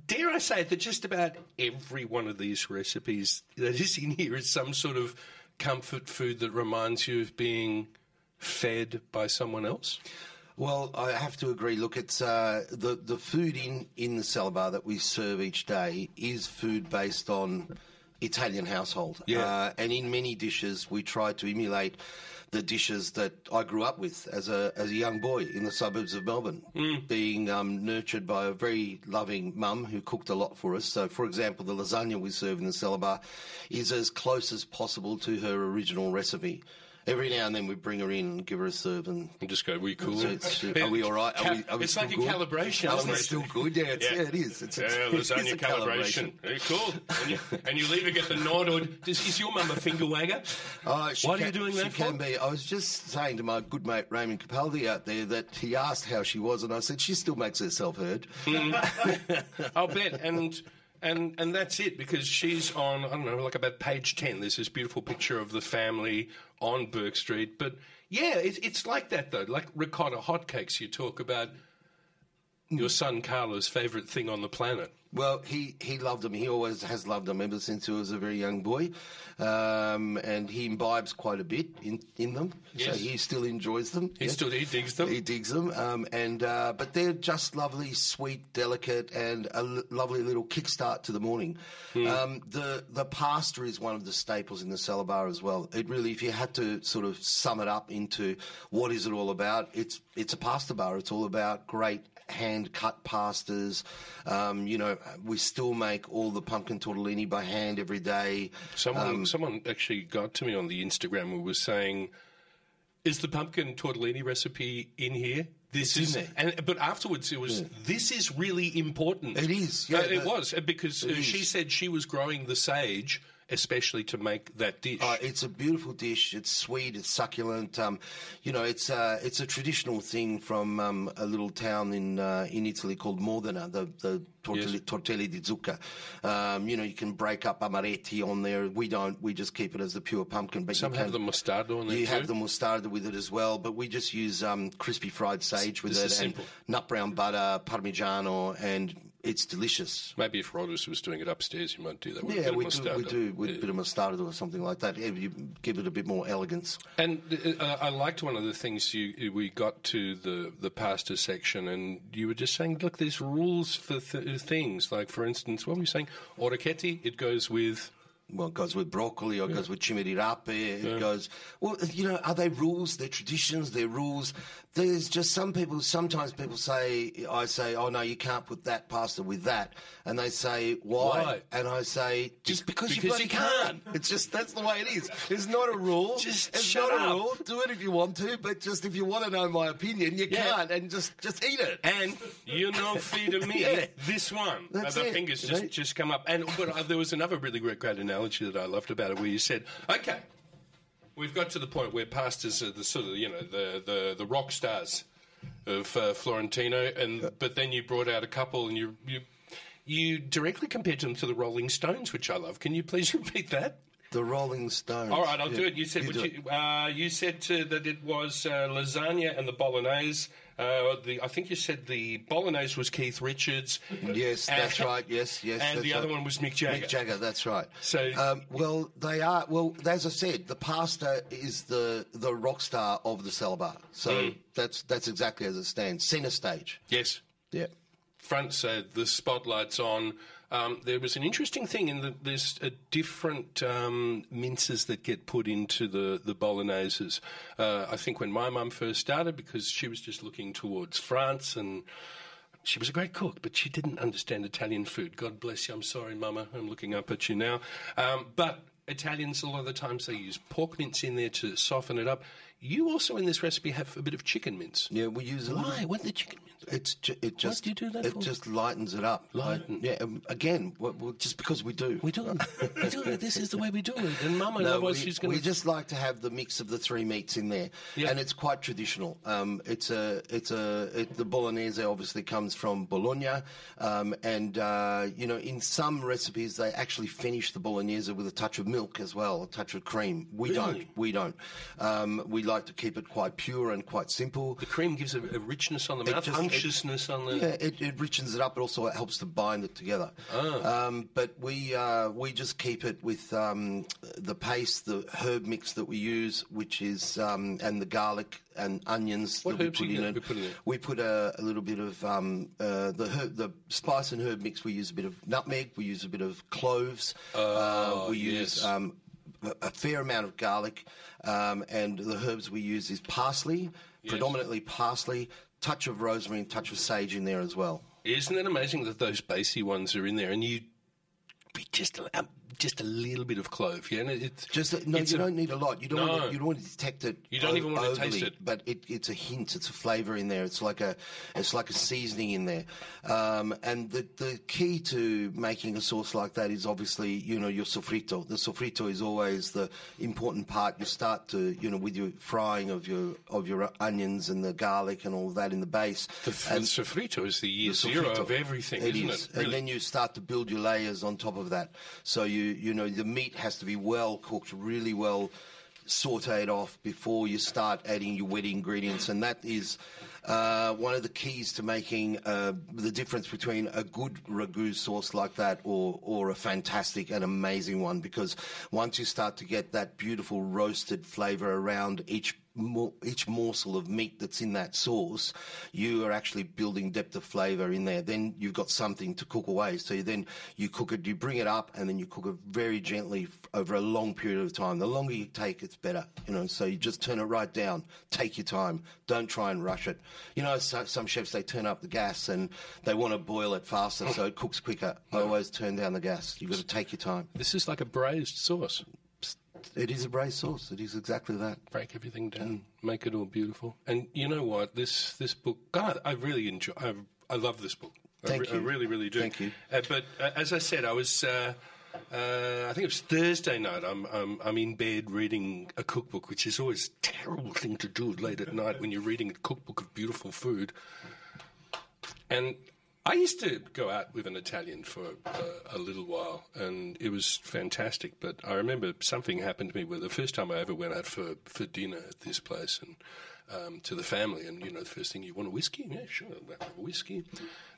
I: dare I say that just about every one of these recipes that is in here is some sort of comfort food that reminds you of being fed by someone else.
M: Well, I have to agree. Look, it's uh, the the food in in the cellar bar that we serve each day is food based on Italian household.
I: Yeah.
M: Uh, and in many dishes, we try to emulate the dishes that I grew up with as a as a young boy in the suburbs of Melbourne, being um, nurtured by a very loving mum who cooked a lot for us. So, for example, the lasagna we serve in the cellar bar is as close as possible to her original recipe. Every now and then we bring her in and give her a serve and
I: And just go, we cool.
M: so it's- are we all right? Are we, are we
I: it's
M: still
I: like
M: good?
I: a calibration.
M: Are
I: isn't
M: we
I: it?
M: still good? Yeah, it's, yeah. it is. It's, it's,
I: yeah,
M: it's
I: lasagna
M: a
I: calibration. Very cool. And you, and you leave it get the nod or does, is your mum a finger wagger?
M: Uh, she
I: What are
M: can-
I: you doing
M: she
I: that for?
M: can be. I was just saying to my good mate Raymond Capaldi out there that he asked how she was, and I said she still makes herself heard.
I: Hmm. I'll bet. And and and that's it because she's on. I don't know, like about page ten. There's this beautiful picture of the family on Burke Street. But yeah, it, it's like that though. Like ricotta hotcakes. You talk about your son Carlo's favourite thing on the planet.
M: Well, he, he loved him. He always has loved him ever since he was a very young boy, um, and he imbibes quite a bit in, in them.
I: Yes.
M: So he still enjoys them.
I: He still he digs them.
M: He digs them, um, and uh, but they're just lovely, sweet, delicate, and a l- lovely little kickstart to the morning. Um, the the pasta is one of the staples in the cellar bar as well. It really, if you had to sort of sum it up into what is it all about, it's it's a pasta bar. It's all about great hand cut pastas. Um, you know, we still make all the pumpkin tortellini by hand every day.
I: Someone
M: Um,
I: someone actually got to me on the Instagram who was saying, "Is the pumpkin tortellini recipe in here?" This
M: It's
I: is,
M: in there.
I: and but afterwards it was. This is really important.
M: It is,
I: Uh,
M: yeah,
I: it
M: the-
I: was uh, because uh,
M: it
I: she
M: is.
I: said she was growing the sage especially to make that dish.
M: Uh, it's a beautiful dish. It's sweet. It's succulent. Um, you know, it's uh, it's a traditional thing from um, a little town in uh, in Italy called Modena, the the tortelli, tortelli di zucca. Um, you know, you can break up amaretti on there. We don't. We just keep it as the pure pumpkin. But
I: Some
M: you can,
I: have the mostardo on there
M: You
I: too.
M: have the mostarda with it as well, but we just use um, crispy fried sage with
I: This
M: it
I: is
M: and
I: simple.
M: nut brown butter, parmigiano, and it's delicious.
I: Maybe if Rodgers was doing it upstairs, he might do that. with a
M: Yeah,
I: bit
M: we
I: of
M: do, we
I: mostarda.
M: do with a bit of mostarda or something like that. Yeah, You give it a bit more elegance.
I: And uh, I liked one of the things you we got to the the pasta section, and you were just saying, look, there's rules for th- things. Like for instance, what were you saying? Orecchietti, it goes with.
M: Well, it goes with broccoli, or it goes with chimichurri, it goes. Well, you know, are they rules? They're traditions. They're rules. There's just some people. Sometimes people say, I say, oh no, you can't put that pasta with that, and they say why,
I: Why?
M: and I say just because, you
I: because
M: bloody
I: you
M: can't. It's just that's the way it is. It's not a rule.
I: Just
M: it's
I: shut
M: not
I: up.
M: a rule. Do it if you want to, but just if you want to know my opinion, you
I: Yeah.
M: can't, and just just eat it.
I: And you know, feed me
M: Yeah.
I: this one.
M: That's
I: the
M: it,
I: fingers
M: you
I: just,
M: know?
I: just come up. And but uh, there was another really great, great analogy that I loved about it, where you said, "Okay, we've got to the point where pastors are the sort of you know the the, the rock stars of uh, Florentino, and but then you brought out a couple, and you you you directly compared them to the Rolling Stones, which I love. Can you please repeat that?
M: The Rolling Stones.
I: All right, I'll
M: Yeah,
I: do it. You said
M: you
I: what
M: do
I: you, Uh, you said to, that it was uh, lasagna and the bolognese. Uh, the I think you said the bolognese was Keith Richards.
M: Yes,
I: And-
M: that's right. Yes, yes.
I: And
M: that's
I: the other
M: right.
I: one was Mick Jagger.
M: Mick Jagger, that's right.
I: So-
M: um, well, they are. Well, as I said, the pastor is the the rock star of the Salabar. So
I: Mm.
M: that's that's exactly as it stands. Center stage.
I: Yes.
M: Yeah.
I: Front said the spotlight's on. Um, there was an interesting thing in that there's uh, different um, minces that get put into the the bologneses. Uh, I think when my mum first started, because she was just looking towards France and. She was a great cook, but she didn't understand Italian food. God bless you. I'm sorry, Mama. I'm looking up at you now. Um, but Italians, a lot of the times, they use pork mince in there to soften it up. You also, in this recipe, have a bit of chicken mince.
M: Yeah, we use a
I: Why?
M: little-
I: What the chicken mince?
M: It's ju- it just
I: do you do that
M: it
I: for?
M: just lightens it up.
I: Lighten.
M: Yeah. um, Again, w- w- just because we do.
I: We do. We do it. This is the way we do it. And Mama,
M: No,
I: otherwise
M: we,
I: she's going
M: we
I: to.
M: just like to have the mix of the three meats in there, and it's quite traditional. Um, it's a, it's a, it, the bolognese obviously comes from Bologna, um, and uh, you know, in some recipes they actually finish the bolognese with a touch of milk as well, a touch of cream. We
I: Really?
M: don't, we don't. Um, we like to keep it quite pure and quite simple.
I: The cream gives a, a richness on the
M: It
I: mouth,
M: just- it-
I: unctuousness on the.
M: Yeah, it, it richens it up, but also it helps to bind it together.
I: Ah.
M: Um, but we uh, we just keep it with um, the paste, the herb mix that we use, which is um, and the garlic and onions
I: What
M: that
I: herbs
M: we
I: you
M: put in
I: gonna
M: it.
I: be putting in?
M: We put a, a little bit of um, uh, the herb, the spice and herb mix. We use a bit of nutmeg. We use a bit of cloves.
I: Oh,
M: uh, we
I: yes.
M: use um, a- a fair amount of garlic, um, and the herbs we use is parsley, predominantly parsley, touch of rosemary, and touch of sage in there as well.
I: Isn't it amazing that those basey ones are in there and you be just a, um, just a little bit of clove? Yeah, and it- it's
M: Just that- no,
I: it's
M: you
I: a-
M: don't need a lot. You don't
I: No.
M: want to, you don't want to detect it.
I: You don't even want to taste
M: overly,
I: it.
M: but it, it's a hint. It's a flavour in there. It's like a it's like a seasoning in there. Um, and the the key to making a sauce like that is obviously you know your sofrito. The sofrito is always the important part. You start to you know with your frying of your of your onions and the garlic and all that in the base.
I: The, f-
M: and
I: sofrito is the year
M: the
I: zero
M: sofrito.
I: of everything,
M: It
I: isn't
M: is.
I: it?
M: And
I: Really?
M: then you start to build your layers on top of that. So you you know the meat has to be well cooked, really well sautéed off before you start adding your wet ingredients, and that is. Uh, one of the keys to making uh, the difference between a good ragu sauce like that or or a fantastic and amazing one, because once you start to get that beautiful roasted flavour around each mor- each morsel of meat that's in that sauce, you are actually building depth of flavour in there. Then you've got something to cook away. So then you cook it, you bring it up, and then you cook it very gently f- over a long period of time. The longer you take, it's better. You know, so you just turn it right down. Take your time. Don't try and rush it. You know, so, some chefs they turn up the gas and they want to boil it faster so it cooks quicker. I always turn down the gas. You've got to take your time.
I: This is like a braised sauce.
M: It is a braised sauce. It is exactly that.
I: break everything down, make it all beautiful. And you know what? This this book, God, I really enjoy. I, I love this book. I
M: Thank
I: re- I,
M: you.
I: really, really do.
M: Thank you.
I: Uh, but uh, as I said, I was uh, Uh, I think it was Thursday night. I'm, I'm I'm in bed reading a cookbook, which is always a terrible thing to do late at night when you're reading a cookbook of beautiful food. And I used to go out with an Italian for uh, a little while, and it was fantastic. But I remember something happened to me where the first time I ever went out for, for dinner at this place and um, to the family, and you know, the first thing you want a whiskey? Yeah, sure, I'll have a whiskey.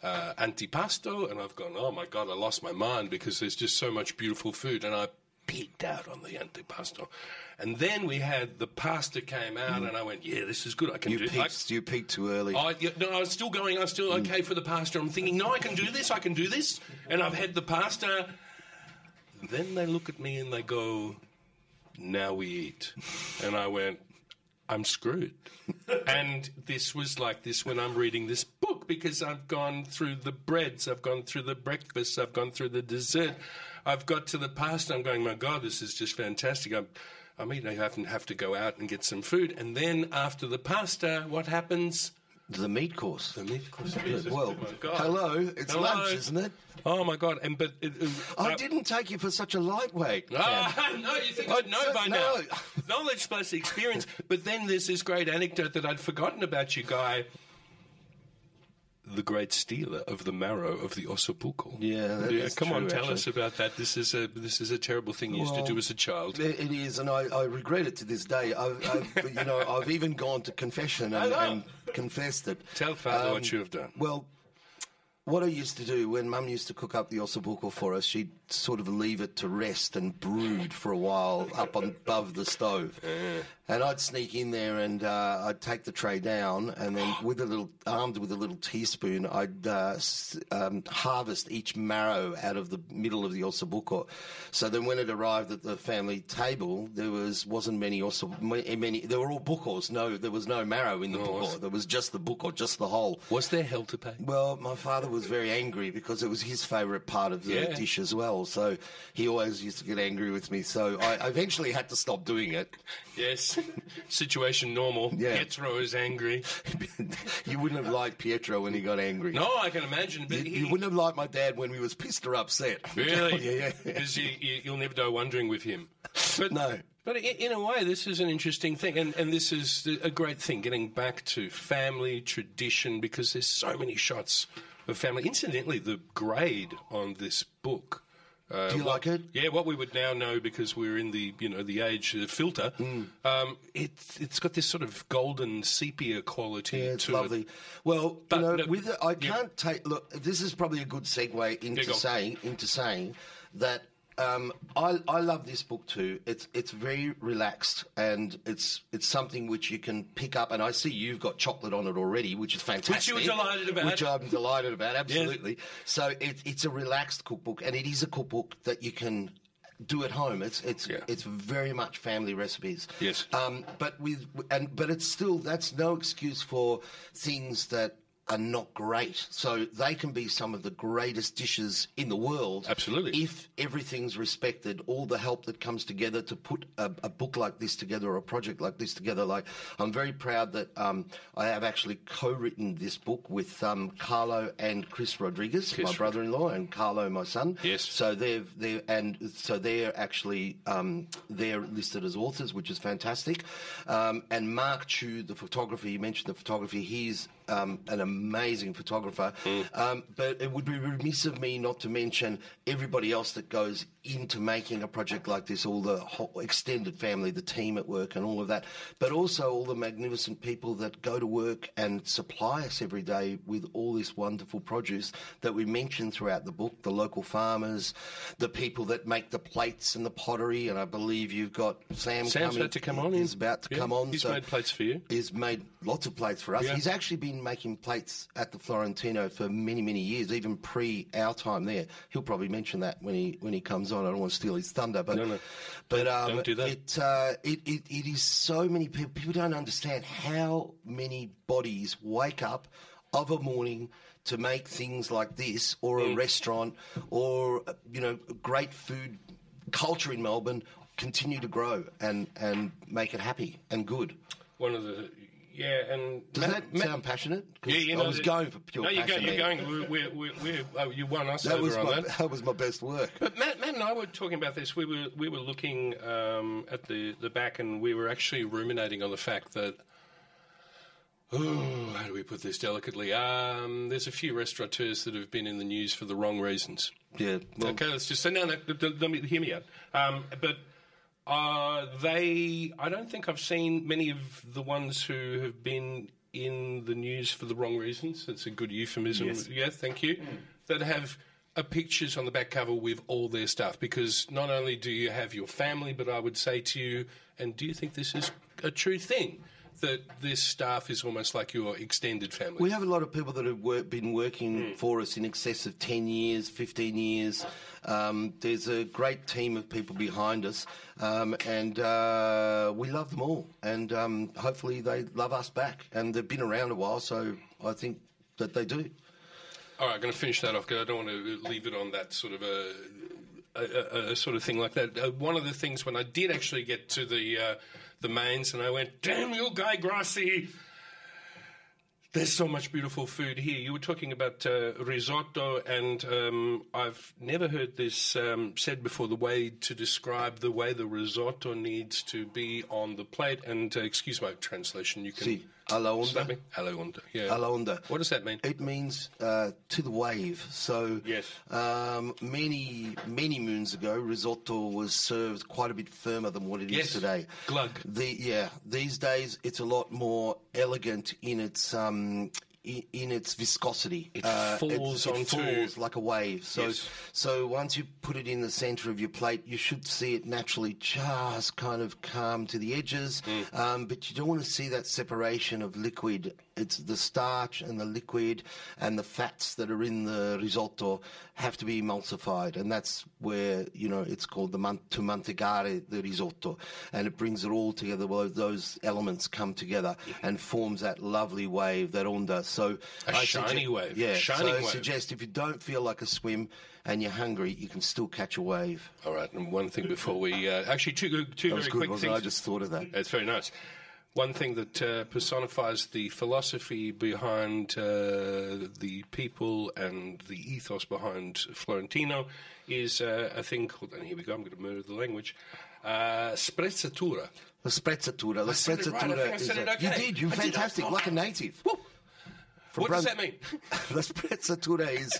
I: Uh, antipasto, and I've gone, oh my God, I lost my mind because there's just so much beautiful food, and I peaked out on the antipasto. And then we had the pasta came out, and I went, yeah, this is good. I can
M: You
I: do I-
M: peaked, you peaked too early.
I: I, yeah, no, I was still going. I was still okay for the pasta. I'm thinking, no, I can do this. I can do this. And I've had the pasta. Then they look at me and they go, "Now we eat," and I went, "I'm screwed." and this was like this when I'm reading this book because I've gone through the breads, I've gone through the breakfasts, I've gone through the dessert, I've got to the pasta. I'm going, "My God, this is just fantastic." I'm, I mean, I have have to go out and get some food, and then after the pasta, what happens?
M: The meat course. The
I: meat course.
M: Well, hello, it's lunch, isn't it?
I: Oh my god! And but it, it-
M: I
I: uh,
M: didn't take you for such a lightweight. Dan.
I: Ah, no, you think I'd know
M: I-
I: by
M: no.
I: now. Knowledge plus experience. But then there's this great anecdote that I'd forgotten about you, Guy. The great stealer of the marrow of the ossobuco.
M: Yeah, that is
I: come on,
M: true,
I: tell
M: actually.
I: us about that. This is a this is a terrible thing you used to
M: Well,
I: do as a child.
M: It it is, and I, I regret it to this day. I've, I've you know, I've even gone to confession and,
I: Hello.
M: and confessed it.
I: Tell Father
M: Um,
I: what you have done.
M: Well, what I used to do when Mum used to cook up the ossobuco for us, she'd sort of leave it to rest and brood for a while up on, above the stove, and I'd sneak in there and uh, I'd take the tray down, and then with a little, armed with a little teaspoon, I'd uh, s- um, harvest each marrow out of the middle of the ossobuco. So then, when it arrived at the family table, there was wasn't many osso, many. There were all bucos. No, there was no marrow in the buco. There was just the buco, just the whole.
I: Was there hell to pay?
M: Well, my father was very angry because it was his favourite part of the
I: Yeah.
M: dish as well. So he always used to get angry with me. So I eventually had to stop doing it.
I: Yes. Situation normal. Pietro is angry.
M: you wouldn't have liked Pietro when he got angry.
I: No, I can imagine. But
M: You,
I: he,
M: you wouldn't have liked my dad when he was pissed or upset.
I: Really?
M: yeah, yeah.
I: Because you, you, you'll never go wondering with him. But,
M: No.
I: But in, in a way, this is an interesting thing, and, and this is a great thing, getting back to family tradition, because there's so many shots of family. Incidentally, the grade on this book. Uh,
M: Do you like
I: what-
M: it?
I: Yeah, what we would now know because we're in the you know the age uh, filter.
M: Mm.
I: Um, it's it's got this sort of golden sepia quality
M: Yeah, it's
I: to
M: lovely.
I: it.
M: Well,
I: But
M: you know,
I: no-
M: with it, I can't take. Look, this is probably a good segue into
I: go on.
M: saying into saying that um, I I love this book too. It's it's very relaxed and it's it's something which you can pick up. And I see you've got chocolate on it already, which is fantastic.
I: delighted about.
M: Which I'm delighted about. Absolutely. So it, it's a relaxed cookbook, and it is a cookbook that you can. Do at home. It's it's it's very much family recipes.
I: Yes.
M: Um, but with and but it's still that's no excuse for things that are not great. So they can be some of the greatest dishes in the world. Absolutely. If everything's respected, all the help that comes together to put a, a book like this together or a project like this together. Like I'm very proud that um, I have actually co-written this book with um, Carlo and Chris Rodriguez, my brother-in-law, and Carlo, my son. Yes. So they've they and so they're actually um, they're listed as authors, which is fantastic. Um, and Mark Chu, the photographer you mentioned, the photography, he's um, an amazing photographer.
I: Mm.
M: Um, but it would be remiss of me not to mention everybody else that goes into making a project like this, all the whole extended family, the team at work, and all of that. But also all the magnificent people that go to work and supply us every day with all this wonderful produce that we mention throughout the book the local farmers, the people that make the plates and the pottery. And I believe you've got Sam
I: Sam's
M: coming.
I: about to come on in.
M: He's about to
I: Yeah,
M: come on.
I: he's made plates for you.
M: He's made lots of plates for us.
I: Yeah.
M: He's actually been making plates at the Florentino for many, many years, even pre our time there. He'll probably mention that when he when he comes on. I don't want to steal his thunder, but but um,
I: don't do that.
M: It, uh, it it it is so many people. People don't understand how many bodies wake up of a morning to make things like this, or a
I: Mm.
M: restaurant, or uh, you know, great food culture in Melbourne continue to grow and and make it happy and good.
I: One of the yeah, and
M: Does that sound passionate? 'Cause I was
I: that-
M: going for pure
I: No, you're, go-
M: passion
I: you're
M: there.
I: going. We're, we're, we're, we're, oh, you won us
M: That
I: over
M: was
I: on
M: my
I: that.
M: that was my best work.
I: But Matt, Matt and I were talking about this. We were we were looking um, at the the back, and we were actually ruminating on the fact that. Oh, how do we put this delicately? Um, there's a few restaurateurs that have been in the news for the wrong reasons.
M: Yeah.
I: okay, let's just say no. no d- d- let me hear me out. Um, but uh, they, I don't think I've seen many of the ones who have been in the news for the wrong reasons. That's a good euphemism.
L: Yes.
I: Yeah, thank you. That have a pictures on the back cover with all their stuff because not only do you have your family, but I would say to you, and do you think this is a true thing? That this staff is almost like your extended family.
M: We have a lot of people that have wor- been
I: Hmm.
M: working for us in excess of 10 years, 15 years. Um, there's a great team of people behind us, um, and uh, we love them all. And um, hopefully, they love us back. And they've been around a while, so I think that they do.
I: All right, I'm going to finish that off because I don't want to leave it on that sort of a, a, a, a sort of thing like that. Uh, one of the things when I did actually get to the uh, the mains and I went, "Damn you, Guy Grassi!" There's so much beautiful food here. You were talking about uh, risotto, and um, I've never heard this um, said before. The way to describe the way the risotto needs to be on the plate, and uh, excuse my translation, you can.
M: See, alla
I: stop me.
M: onda.
I: Alla onda, yeah.
M: Alla onda.
I: What does that mean?
M: It means uh, to the wave. So um, many, many moons ago, risotto was served quite a bit firmer than what it is
I: Yes.
M: today.
I: Glug.
M: The yeah, these days it's a lot more elegant in its um i- in its viscosity.
I: It
M: it-
I: falls
M: it,
I: onto-
M: falls like a wave. So
I: Yes.
M: so once you put it in the center of your plate, you should see it naturally just kind of calm to the edges. Um, but you don't want to see that separation of liquid. It's the starch and the liquid and the fats that are in the risotto have to be emulsified, and that's where you know it's called the man- to mantegare the risotto, and it brings it all together. Well, those elements come together and forms that lovely wave, that onda. So
I: A
M: I
I: shiny wave,
M: yeah.
I: shining
M: so I
I: wave.
M: suggest if you don't feel like a swim and you're hungry, you can still catch a wave.
I: All right, and one thing before we uh, actually two go- two
M: That was
I: very
M: good,
I: quick
M: wasn't
I: things.
M: it? I just thought of that.
I: It's very nice. One thing that uh, personifies the philosophy behind uh, the people and the ethos behind Florentino is uh, a thing called, and here we go, I'm going to murder the language, uh, sprezzatura.
M: La sprezzatura. La
I: I said it right, I
M: sprezzatura
I: think I
M: is
I: said
M: a-
I: it okay.
M: You did. You're
I: I did, I-
M: fantastic, like a native. From
I: What does
M: Bran-
I: that mean?
M: La sprezzatura is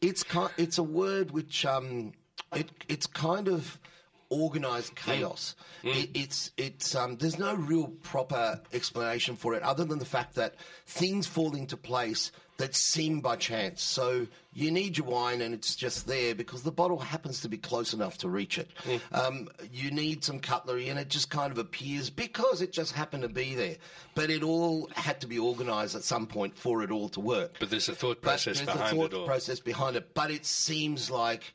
M: it's ki- it's a word which um it it's kind of organized chaos. It, it's it's um there's no real proper explanation for it other than the fact that things fall into place that seem by chance. So you need your wine and it's just there because the bottle happens to be close enough to reach it. Um, you need some cutlery and it just kind of appears because it just happened to be there. But it all had to be organised at some point for it all to work.
I: But there's a thought
M: But
I: process
M: there's
I: behind
M: a thought
I: it all.
M: process behind it. But it seems like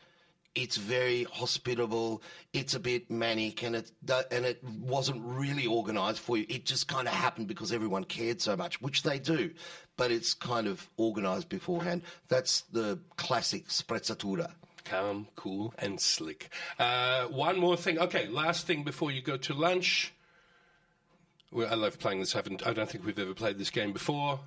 M: it's very hospitable. It's a bit manic, and it do- and it wasn't really organised for you. It just kind of happened because everyone cared so much, which they do. But it's kind of organised beforehand. That's the classic sprezzatura.
I: Calm, cool, and slick. Uh, one more thing. Okay, last thing before you go to lunch. Well, I love playing this. I, haven't, I don't think we've ever played this game before.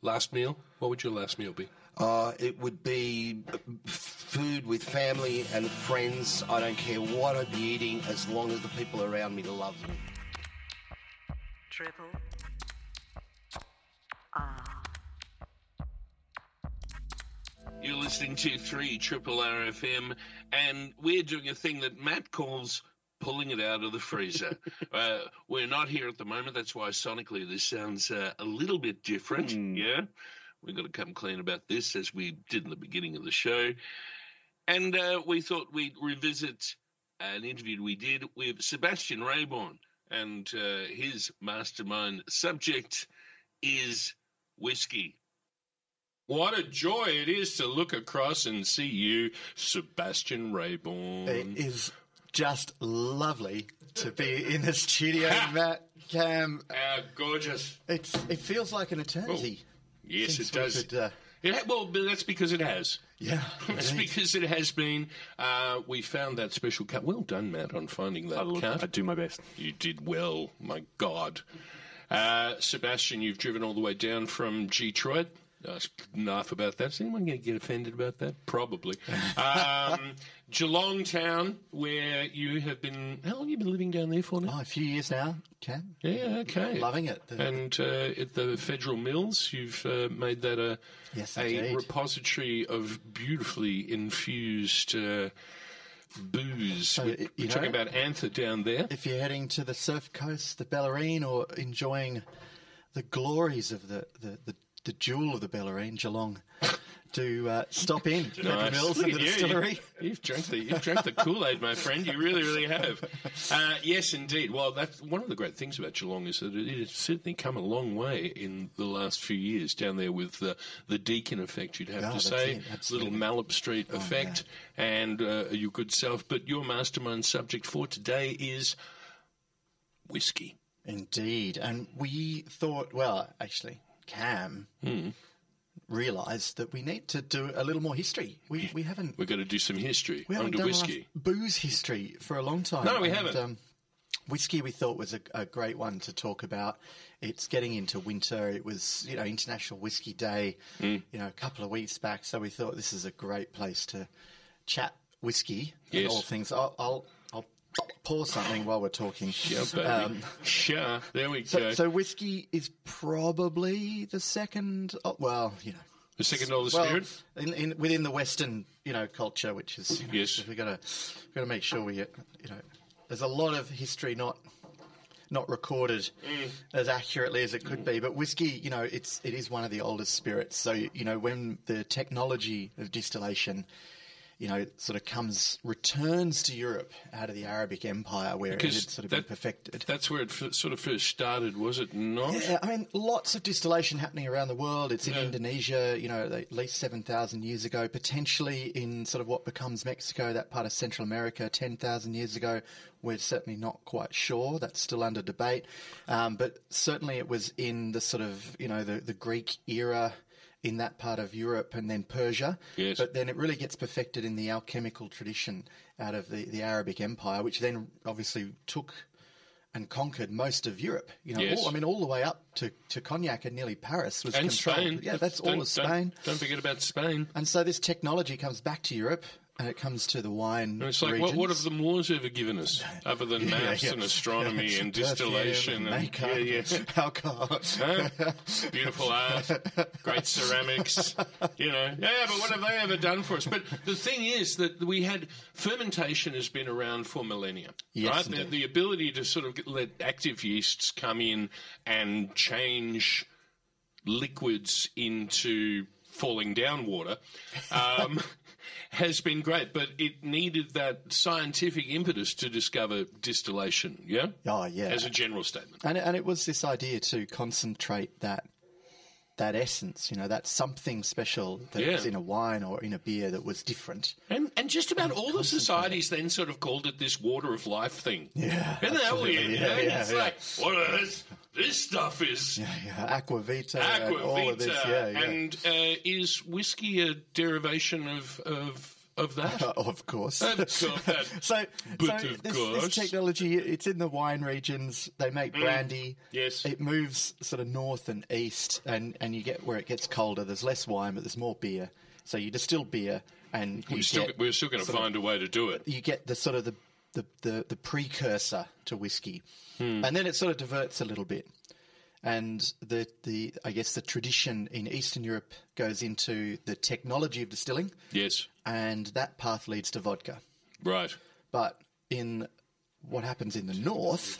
I: Last meal. What would your last meal be?
M: Uh, it would be uh, food with family and friends. I don't care what I'd be eating, as long as the people around me love me.
N: Triple
G: You're listening to 3 Triple R FM, and we're doing a thing that Matt calls pulling it out of the freezer. uh, we're not here at the moment, that's why sonically this sounds uh, a little bit different.
H: Hmm.
G: Yeah, we've got to come clean about this as we did in the beginning of the show. And uh, we thought we'd revisit an interview we did with Sebastian Rayborn, and uh, his mastermind subject is whiskey.
I: What a joy it is to look across and see you, Sebastian
O: It
I: Rayborn.
O: is just lovely to be in the studio, Matt Cam.
I: How gorgeous.
O: It's it feels like an eternity.
I: Oh, Yes,
O: Since
I: it
O: we
I: does.
O: could, uh,
I: It ha- well, but that's because it has.
O: yeah,
I: It's because it has been. Uh, we found that special cup. Well done, Matt, on finding that
L: I will-
I: cup.
L: I do
I: my best. You did well. My God. Uh, Sebastian, you've driven all the way down from Detroit. Ask enough about that. Is anyone going to get offended about that? Probably. Um, Geelong Town, where you have been. How long have you been living down there for now?
G: Oh, a few years now, Cam.
I: Yeah, okay.
G: Loving it. The-
I: And uh, at the Federal Mills, you've uh, made that a,
G: Yes,
I: a
G: indeed.
I: repository of beautifully infused uh, booze.
G: So,
I: We're,
G: you
I: we're talking
G: know-
I: about Anther down there.
G: If you're heading to the surf coast, the Bellarine, or enjoying the glories of the, the, the, the jewel of the Bellarine, Geelong, do uh, stop in to Pepper Mills
I: Look
G: and the
I: at you.
G: distillery.
I: You, have drank the you've drank the Kool Aid, my friend. You really, really have. Uh, yes, indeed. Well, that's one of the great things about Geelong is that it has certainly come a long way in the last few years. Down there with the the Deacon effect, you'd have to
G: Yeah, Oh, that's
I: say,
G: it, absolutely. Oh,
I: little Mallop Street effect, and uh, your good self. But your mastermind subject for today is whiskey.
G: Indeed. And we thought, well, actually, Cam realised that we need to do a little more history. We, we haven't
I: We're going to do some history
G: We haven't
I: under
G: done
I: whiskey.
G: enough booze history for a long time.
I: No, we
G: And, um,
I: haven't.
G: whiskey, we thought was a, a great one to talk about. It's getting into winter. It was, you know, International Whiskey Day, you know, a couple of weeks back. So we thought this is a great place to chat whiskey and
I: Yes.
G: all things. I'll, I'll, I'll pour something while we're talking.
I: Yeah, baby.
G: Um,
I: sure. There we
G: so,
I: go.
G: so whiskey is probably the second. Oh, well, you know.
I: the second dollar
G: Well,
I: spirit.
G: in, in, within the Western, you know, culture, which is you know,
I: Yes.
G: we got to we got to make sure we, you know, there's a lot of history not not recorded as accurately as it could be. But whiskey, you know, it's it is one of the oldest spirits. So you know, when the technology of distillation. You know, sort of comes returns to Europe out of the Arabic Empire where it
I: Because
G: had sort of been
I: that-
G: perfected.
I: That's where it f- sort of first started, was it not?
G: Yeah, I mean, lots of distillation happening around the world. It's in
I: Yeah.
G: Indonesia, you know, at least 7,000 years ago, potentially in sort of what becomes Mexico, that part of Central America, 10,000 years ago. We're certainly not quite sure. That's still under debate. Um, but certainly it was in the sort of, you know, the, the Greek era. In that part of Europe and then Persia.
I: Yes.
G: But then it really gets perfected in the alchemical tradition out of the, the Arabic Empire, which then obviously took and conquered most of Europe. You know,
I: Yes.
G: all, I mean, all the way up to, to Cognac and nearly Paris was
I: And
G: controlled.
I: Spain.
G: Yeah, that's all
I: Don't-
G: of Spain.
I: Don't, don't forget about Spain.
G: And so this technology comes back to Europe and it comes to the wine.
I: And it's like, what,
G: regions.
I: what have the Moors ever given us, other than
G: Yeah,
I: maps
G: yeah.
I: and astronomy and
G: Perfume
I: distillation
G: and,
I: and,
G: makeup,
I: yeah, yeah.
G: and alcohol.
I: Huh? Beautiful art, great ceramics, you know. Yeah, but what have they ever done for us? But the thing is that we had fermentation has been around for millennia,
G: Yes,
I: right? The,
G: indeed.
I: the ability to sort of get- let active yeasts come in and change liquids into falling down water um, has been great, but it needed that scientific impetus to discover distillation. Yeah.
G: Oh, yeah.
I: As a general statement.
G: And and it was this idea to concentrate that that essence, you know, that something special that
I: Yeah.
G: was in a wine or in a beer that was different.
I: And, and just about all the societies then sort of called it this water of life thing. Yeah. Isn't that
G: absolutely.
I: weird? you
G: Yeah,
I: know?
G: yeah,
I: it's
G: yeah.
I: like, what on earth? This stuff is
G: Yeah, aquavita, and
I: aqua
G: all of this.
I: vitae.
G: Yeah, yeah.
I: And uh, is whiskey a derivation of, of, of that?
G: of course.
I: Of course.
G: so, so
I: But of
G: this,
I: course. Mm.
G: this technology, it's in the wine regions. They make brandy.
I: Yes.
G: It moves sort of north and east, and, and you get where it gets colder. There's less wine, but there's more beer. So you distill beer, and you
I: we're, still,
G: get,
I: we're still going to
G: sort of-
I: find a way to do it.
G: you get the sort of the the, the, the precursor to whiskey,
I: Hmm.
G: and then it sort of diverts a little bit, and the the I guess the tradition in Eastern Europe goes into the technology of distilling,
I: Yes.
G: and that path leads to vodka.
I: Right.
G: But in what happens in the north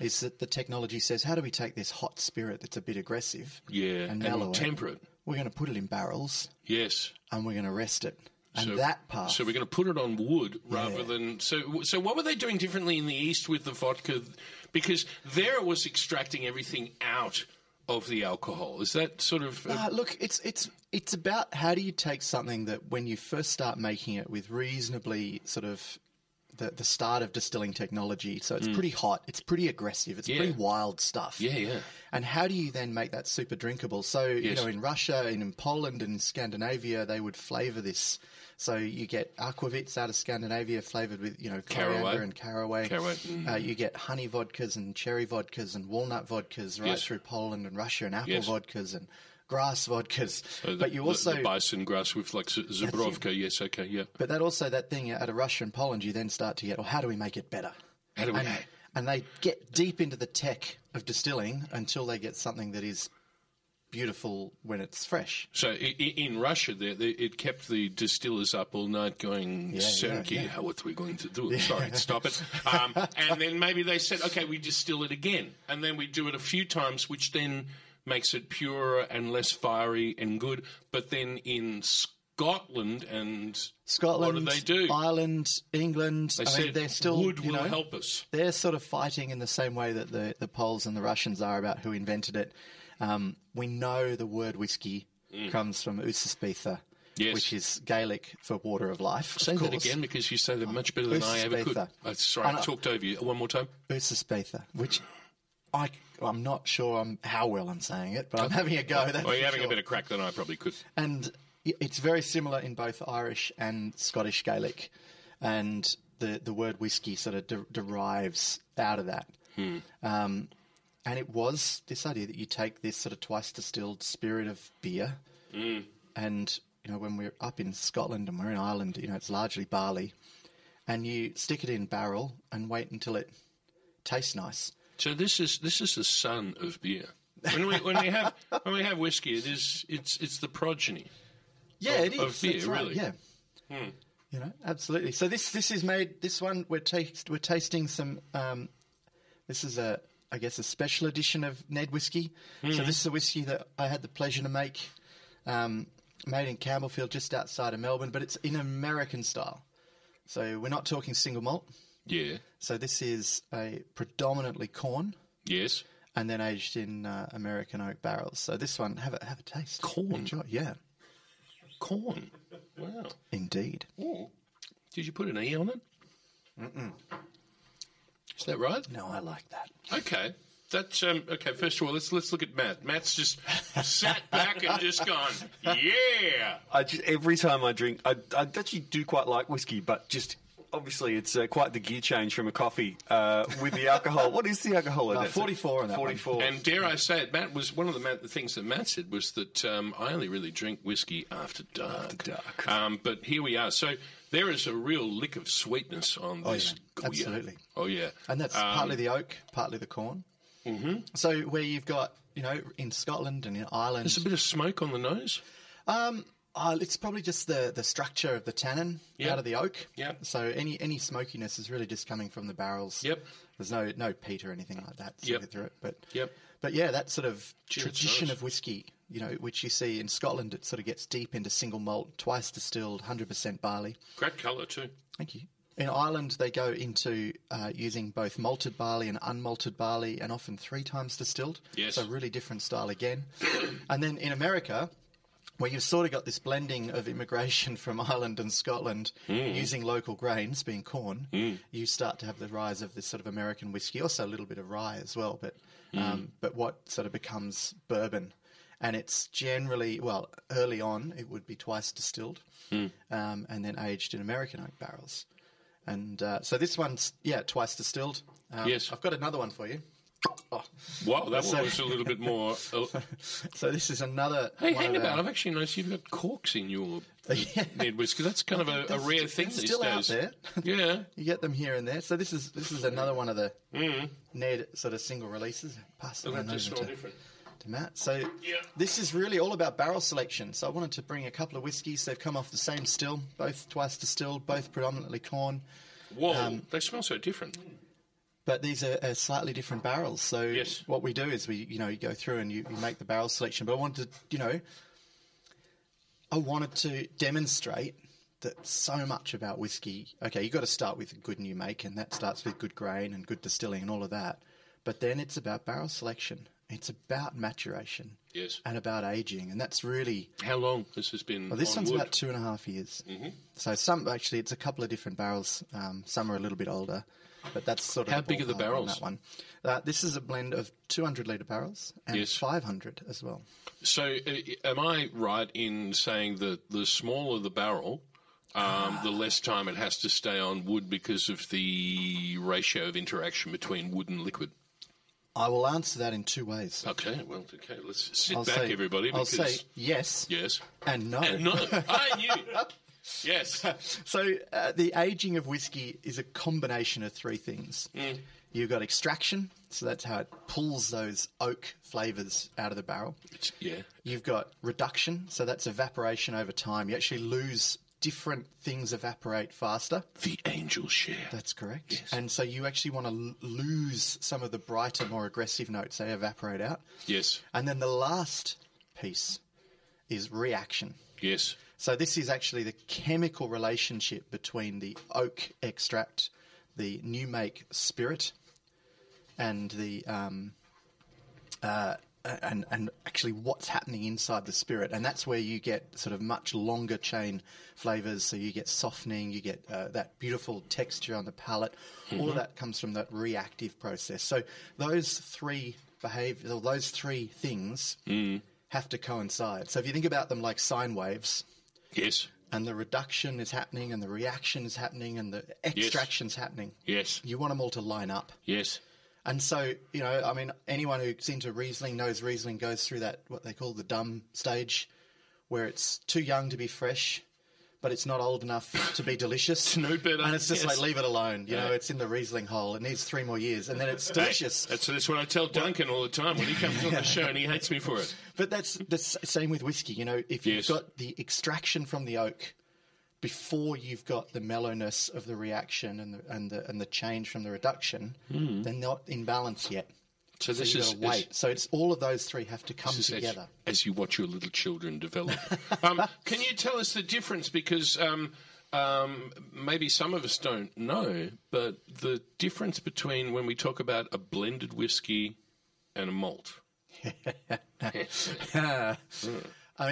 G: is that the technology says, how do we take this hot spirit that's a bit aggressive
I: Yeah.
G: and
I: And,
G: mellow it?
I: temperate.
G: We're going to put it in barrels
I: Yes.
G: and we're going to rest it. And
I: So-
G: that path.
I: So we're going to put it on wood rather than so. So what were they doing differently in the east with the vodka? Because there it was extracting everything out of the alcohol. Is that sort of uh,
G: Uh, look, it's it's it's about how do you take something that when you first start making it with reasonably sort of the, the start of distilling technology, so it's pretty hot, it's pretty aggressive, it's pretty wild stuff.
I: Yeah, yeah.
G: And how do you then make that super drinkable? So you
I: Yes.
G: know, in Russia and in Poland and in Scandinavia, they would flavour this So you get aquavits out of Scandinavia flavored with you know
I: Caraway.
G: coriander and caraway.
I: Caraway, mm.
G: Uh, you get honey vodkas and cherry vodkas and walnut vodkas right
I: Yes.
G: through Poland and Russia and apple
I: Yes.
G: vodkas and grass vodkas.
I: Uh, the-
G: but you
I: the-
G: also
I: the bison grass with like Z-
G: it.
I: Zubrovka. Yes, okay, yeah.
G: but that also that thing out of Russia and Poland, you then start to get, well, how do we make it better?
I: How do we-
G: And, and they get deep into the tech of distilling until they get something that is beautiful when it's fresh.
I: So i- i- in Russia, they, they, it kept the distillers up all night going,
G: Yeah, yeah,
I: Sergei,
G: yeah.
I: how what are we going to do? Sorry, stop it. Um, and then maybe they said, okay, we distill it again. And then we do it a few times, which then makes it purer and less fiery and good. But then in Scotland and
G: Scotland,
I: what do they do?
G: Ireland, England.
I: They
G: I mean,
I: said
G: they're still
I: wood
G: you
I: will
G: know,
I: help us.
G: They're sort of fighting in the same way that the, the Poles and the Russians are about who invented it. Um, we know the word whiskey
I: Mm.
G: comes from Usaspetha,
I: Yes.
G: which is Gaelic for water of life. of
I: Say that
G: course.
I: again because you say that much better than I ever could.
G: Usaspetha.
I: Uh, sorry,
G: And
I: I
G: I-
I: talked over you. One more time.
G: Usaspetha, which I, I'm not sure I'm, how well I'm saying it, but I'm having a go. That's
I: Well, Oh, you're
G: for
I: having
G: sure.
I: a better crack than I probably could.
G: And i- it's very similar in both Irish and Scottish Gaelic. And the, the word whiskey sort of de- derives out of that.
I: Hmm.
G: Um, and it was this idea that you take this sort of twice distilled spirit of beer.
I: Hmm.
G: And, you know, when we're up in Scotland and we're in Ireland, you know, it's largely barley. And you stick it in barrel and wait until it tastes nice.
I: So this is this is the son of beer. When we when we have when we have whiskey, it is it's it's the progeny.
G: Yeah,
I: of,
G: it is.
I: of beer,
G: That's right,
I: really.
G: Yeah.
I: Hmm.
G: You know, absolutely. So this this is made. This one we're taste we're tasting some. Um, this is a I guess a special edition of Ned whiskey. So
I: Mhm.
G: this is a whiskey that I had the pleasure to make, um, made in Campbellfield, just outside of Melbourne, but it's in American style. So we're not talking single malt.
I: Yeah.
G: So this is a predominantly corn,
I: Yes.
G: and then aged in uh, American oak barrels. So this one, have a have a taste. Corn, enjoy, yeah.
I: Corn. Wow.
G: Indeed.
I: Ooh. Mm. Did you put an E on it? Mm-mm. Is that right?
G: No, I like that.
I: Okay. That's um, okay. First of all, let's let's look at Matt. Matt's just sat back and just gone, yeah.
H: I just, every time I drink, I, I actually do quite like whiskey, but just obviously it's uh, quite the gear change from a coffee uh, with the alcohol. what is the alcohol? in that? Forty-four.
I: And dare I say it, Matt was one of the, Matt, the things that Matt said was that um, I only really drink whiskey after dark. After dark. Um, but here we are. So there is a real lick of sweetness on
G: Oh,
I: this.
G: yeah. Absolutely.
I: Oh yeah.
G: And that's
I: Um,
G: partly the oak, partly the corn.
I: Mm-hmm.
G: So where you've got, you know, in Scotland and in Ireland, there's a
I: bit of smoke on the nose.
G: Um, uh, it's probably just the the structure of the tannin
I: Yeah.
G: out of the oak.
I: Yeah.
G: So any any smokiness is really just coming from the barrels.
I: Yep.
G: There's no no peat or anything like that
I: Yep.
G: sort of through it, but
I: Yep.
G: but yeah, that sort of
I: Gee, it
G: tradition
I: does.
G: of whiskey, you know, which you see in Scotland, it sort of gets deep into single malt, twice distilled, hundred percent barley.
I: Great colour too.
G: Thank you. In Ireland, they go into uh, using both malted barley and unmalted barley, and often three times distilled.
I: Yes.
G: So really different style again. and then in America, where you've sort of got this blending of immigration from Ireland and Scotland,
I: Mm.
G: using local grains, being corn,
I: Mm.
G: you start to have the rise of this sort of American whiskey, also a little bit of rye as well, but
I: Mm.
G: um, but what sort of becomes bourbon. And it's generally, well, early on, it would be twice distilled um, and then aged in American oak barrels. And uh, so this one's, yeah, twice distilled. Um,
I: Yes.
G: I've got another one for you. Oh.
I: Wow, that
G: So-
I: one was a little bit more. uh,
G: so this is another.
I: Hey,
G: one
I: hang
G: of
I: about!
G: our-
I: I've actually noticed you've got corks in your Ned whiskey. That's kind of a, a
G: That's-
I: rare thing
G: it's
I: these
G: still out
I: days.
G: there.
I: Yeah.
G: You get them here and there. So this is this is another one of the
I: Mm.
G: Ned sort of single releases. Pass that
I: Look,
G: one
I: that
G: over
I: just smell
G: to,
I: different.
G: to Matt. So this is really all about barrel selection. So I wanted to bring a couple of whiskies. They've come off the same still, both twice distilled, both predominantly corn,
I: Whoa,
G: Um,
I: they smell so different.
G: but these are, are slightly different barrels. So what we do is we you know you go through and you, you make the barrel selection. But I wanted to, you know I wanted to demonstrate that so much about whiskey. Okay, you've got to start with good new make, and that starts with good grain and good distilling and all of that. But then it's about barrel selection. It's about maturation
I: Yes.
G: and about aging, and that's really
I: How long this has been?
G: well, this
I: on
G: one's
I: wood?
G: about two and a half years.
I: Mhm.
G: So some actually, it's a couple of different barrels. Um, some are a little bit older, but that's sort of
I: How big are the
G: ballpark on
I: barrels?
G: That one. Uh, this is a blend of 200 liter barrels and
I: Yes.
G: 500 as well.
I: uh, So, uh, am I right in saying that the smaller the barrel, um,
G: Ah.
I: the less time it has to stay on wood because of the ratio of interaction between wood and liquid.
G: I will answer that in two ways.
I: Okay, well, okay, let's sit
G: I'll
I: back,
G: say-
I: everybody.
G: I'll
I: Because
G: say yes.
I: Yes.
G: And no.
I: And no, I knew. Yes.
G: so uh, the aging of whiskey is a combination of three things.
I: Mm.
G: You've got extraction, so that's how it pulls those oak flavors out of the barrel.
I: yeah.
G: You've got reduction, so that's evaporation over time. You actually lose different things evaporate faster.
I: The angel share.
G: That's correct. And so you actually want to lose some of the brighter, more aggressive notes. They evaporate out.
I: Yes.
G: And then the last piece is reaction.
I: Yes.
G: So this is actually the chemical relationship between the oak extract, the new make spirit, and the um, uh, and and actually what's happening inside the spirit, and that's where you get sort of much longer chain flavors. So you get softening, you get uh, that beautiful texture on the palate. All
I: Mhm.
G: of that comes from that reactive process. So those three behaviors, or those three things, have to coincide. So if you think about them like sine waves,
I: yes,
G: and the reduction is happening, and the reaction is happening, and the extraction's happening.
I: Yes.
G: You want them all to line up.
I: Yes.
G: And so, you know, I mean, anyone who's into Riesling knows Riesling goes through that, what they call the dumb stage, where it's too young to be fresh, but it's not old enough to be delicious.
I: no better.
G: And it's just
I: Yes.
G: like, leave it alone. You know,
I: Yeah.
G: it's in the Riesling hole. It needs three more years, and then it's
I: Hey,
G: delicious.
I: that's, that's what I tell Duncan all the time when he comes on the show and he hates me for it.
G: But that's the s- same with whiskey. You know, if you've got the extraction from the oak before you've got the mellowness of the reaction and the and the and the change from the reduction,
I: Mm.
G: they're not in balance yet.
I: So this
G: you
I: is-
G: gotta wait.
I: is-
G: So it's all of those three have to come
I: This is as-
G: together.
I: As, you watch your little children develop. um, can you tell us the difference? Because um, um, maybe some of us don't know, but the difference between when we talk about a blended whiskey and a malt.
G: I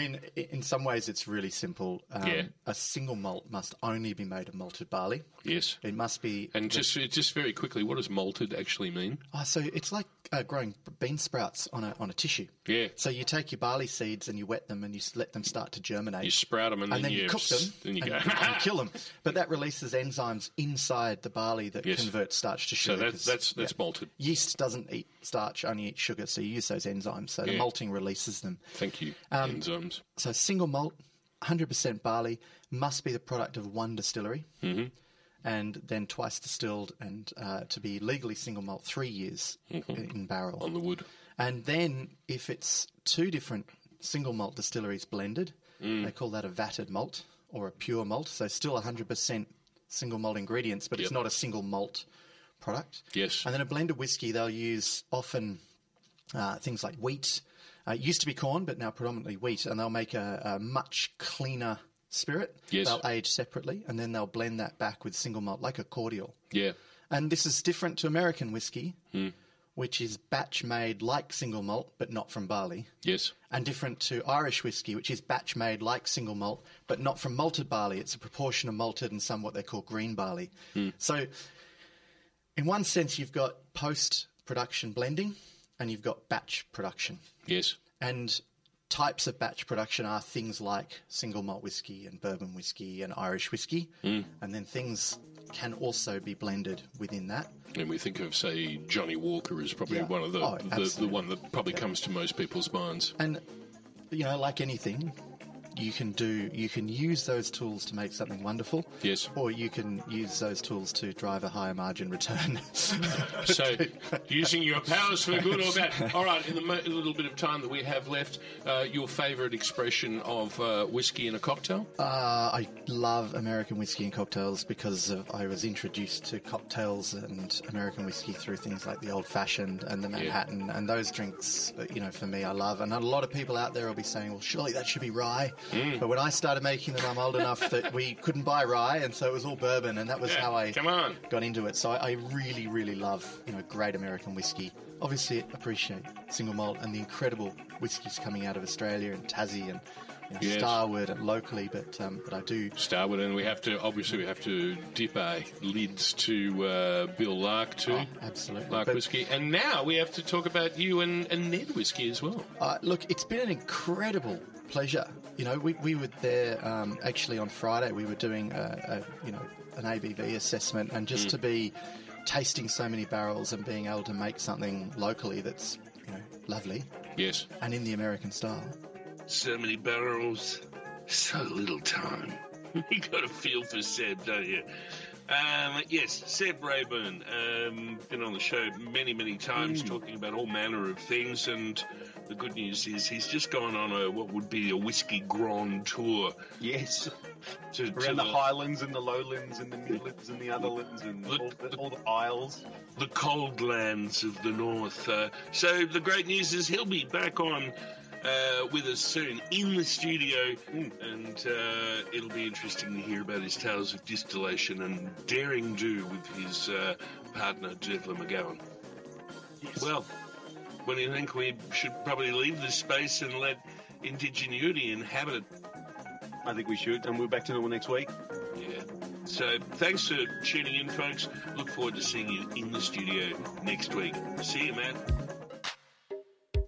G: mean, i- in some ways, it's really simple. Um,
I: Yeah.
G: A single malt must only be made of malted barley.
I: Yes.
G: It must be.
I: And just just very quickly, what does malted actually mean?
G: Oh, so it's like uh, growing bean sprouts on a on a tissue.
I: Yeah.
G: So you take your barley seeds and you wet them and you s- let them start to germinate.
I: You sprout 'em and then
G: you,
I: you-
G: cook them.
I: then you
G: and,
I: go,
G: and you kill them. But that releases enzymes inside the barley that
I: Yes.
G: convert starch
I: So
G: to sugar.
I: that-
G: 'cause,
I: that's- that's malted.
G: Yeast doesn't eat starch, only eats sugar. So you use those enzymes. So the
I: Yeah.
G: uh, malting releases them.
I: Thank you,
G: Um,
I: enzymes.
G: So single malt, 100% barley must be the product of one distillery.
I: hmm
G: And then twice distilled, and uh, to be legally single malt, three years in- in barrel
I: Mm-hmm. on the wood.
G: and then if it's two different single malt distilleries blended,
I: Mm.
G: they call that a vatted malt or a pure malt. So still 100% single malt ingredients, but it's
I: Yep.
G: not a single malt product.
I: Yes.
G: And then a blended whiskey, they'll use often uh, things like wheat. Uh, it used to be corn, but now predominantly wheat, and they'll make a, a much cleaner spirit.
I: Yes.
G: They'll age separately, and then they'll blend that back with single malt, like a cordial.
I: Yeah.
G: And this is different to American whiskey,
I: Mm.
G: which is batch made like single malt, but not from barley.
I: Yes.
G: And different to Irish whiskey, which is batch made like single malt, but not from malted barley. It's a proportion of malted and some what they call green barley. So, in one sense, you've got post production blending and you've got batch production.
I: Yes.
G: And types of batch production are things like single malt whiskey and bourbon whiskey and Irish whiskey.
I: Mm.
G: And then things can also be blended within that.
I: And we think of, say, Johnny Walker is probably
G: Yeah.
I: one of the,
G: Oh,
I: the, the
G: absolutely.
I: one that probably comes to most people's minds.
G: And you know, like anything, you can do you can use those tools to make something wonderful.
I: Yes.
G: Or you can use those tools to drive a higher margin return.
I: So, using your powers for good or bad. All right, in the mo- little bit of time that we have left, uh, your favourite expression of uh, whiskey in a cocktail?
G: Uh, I love American whiskey and cocktails because of, I was introduced to cocktails and American whiskey through things like the Old Fashioned and the Manhattan, and those drinks, uh, you know, for me, I love. And a lot of people out there will be saying, "Well, surely that should be rye," but when I started making them, I'm old enough that we couldn't buy rye, and so it was all bourbon, and that was
I: Yeah,
G: how I
I: come on.
G: got into it. So I, I really, really love, you know, great American whiskey. Obviously, appreciate single malt and the incredible whiskies coming out of Australia and Tassie and. You know,
I: Yes.
G: Starwood and locally, but um, but I do.
I: Starwood, and we have to obviously we have to dip our lids to uh, Bill Lark too.
M: Oh,
G: absolutely,
I: Lark
G: But,
I: whiskey, and now we have to talk about you and, and Ned whiskey as well.
G: Uh, look, it's been an incredible pleasure
O: you know, we, we were there um, actually on Friday. We were doing a, a you know an ABV assessment, and just
L: Mm.
O: to be tasting so many barrels and being able to make something locally that's you know lovely
I: Yes.
O: and in the American style.
G: So many barrels, so little time. you got a feel for Seb, don't you? Um, yes, Seb Rayburn, um, been on the show many, many
H: Mm.
G: times talking about all manner of things. And the good news is he's just gone on a what would be a whiskey grand tour. Yes. To, to
H: Around the highlands and the lowlands and the midlands and the otherlands and all, the, all the isles.
G: the cold lands of the north. Uh, so the great news is he'll be back on uh, with us soon in the studio, and uh, it'll be interesting to hear about his tales of distillation and daring do with his uh, partner Devlin McGowan. Well, what do you think? We should probably leave this space and let indigenuity inhabit it.
H: I think we should, and we're back to normal next week.
G: Yeah. So thanks for tuning in, folks. Look forward to seeing you in the studio next week. See you, man.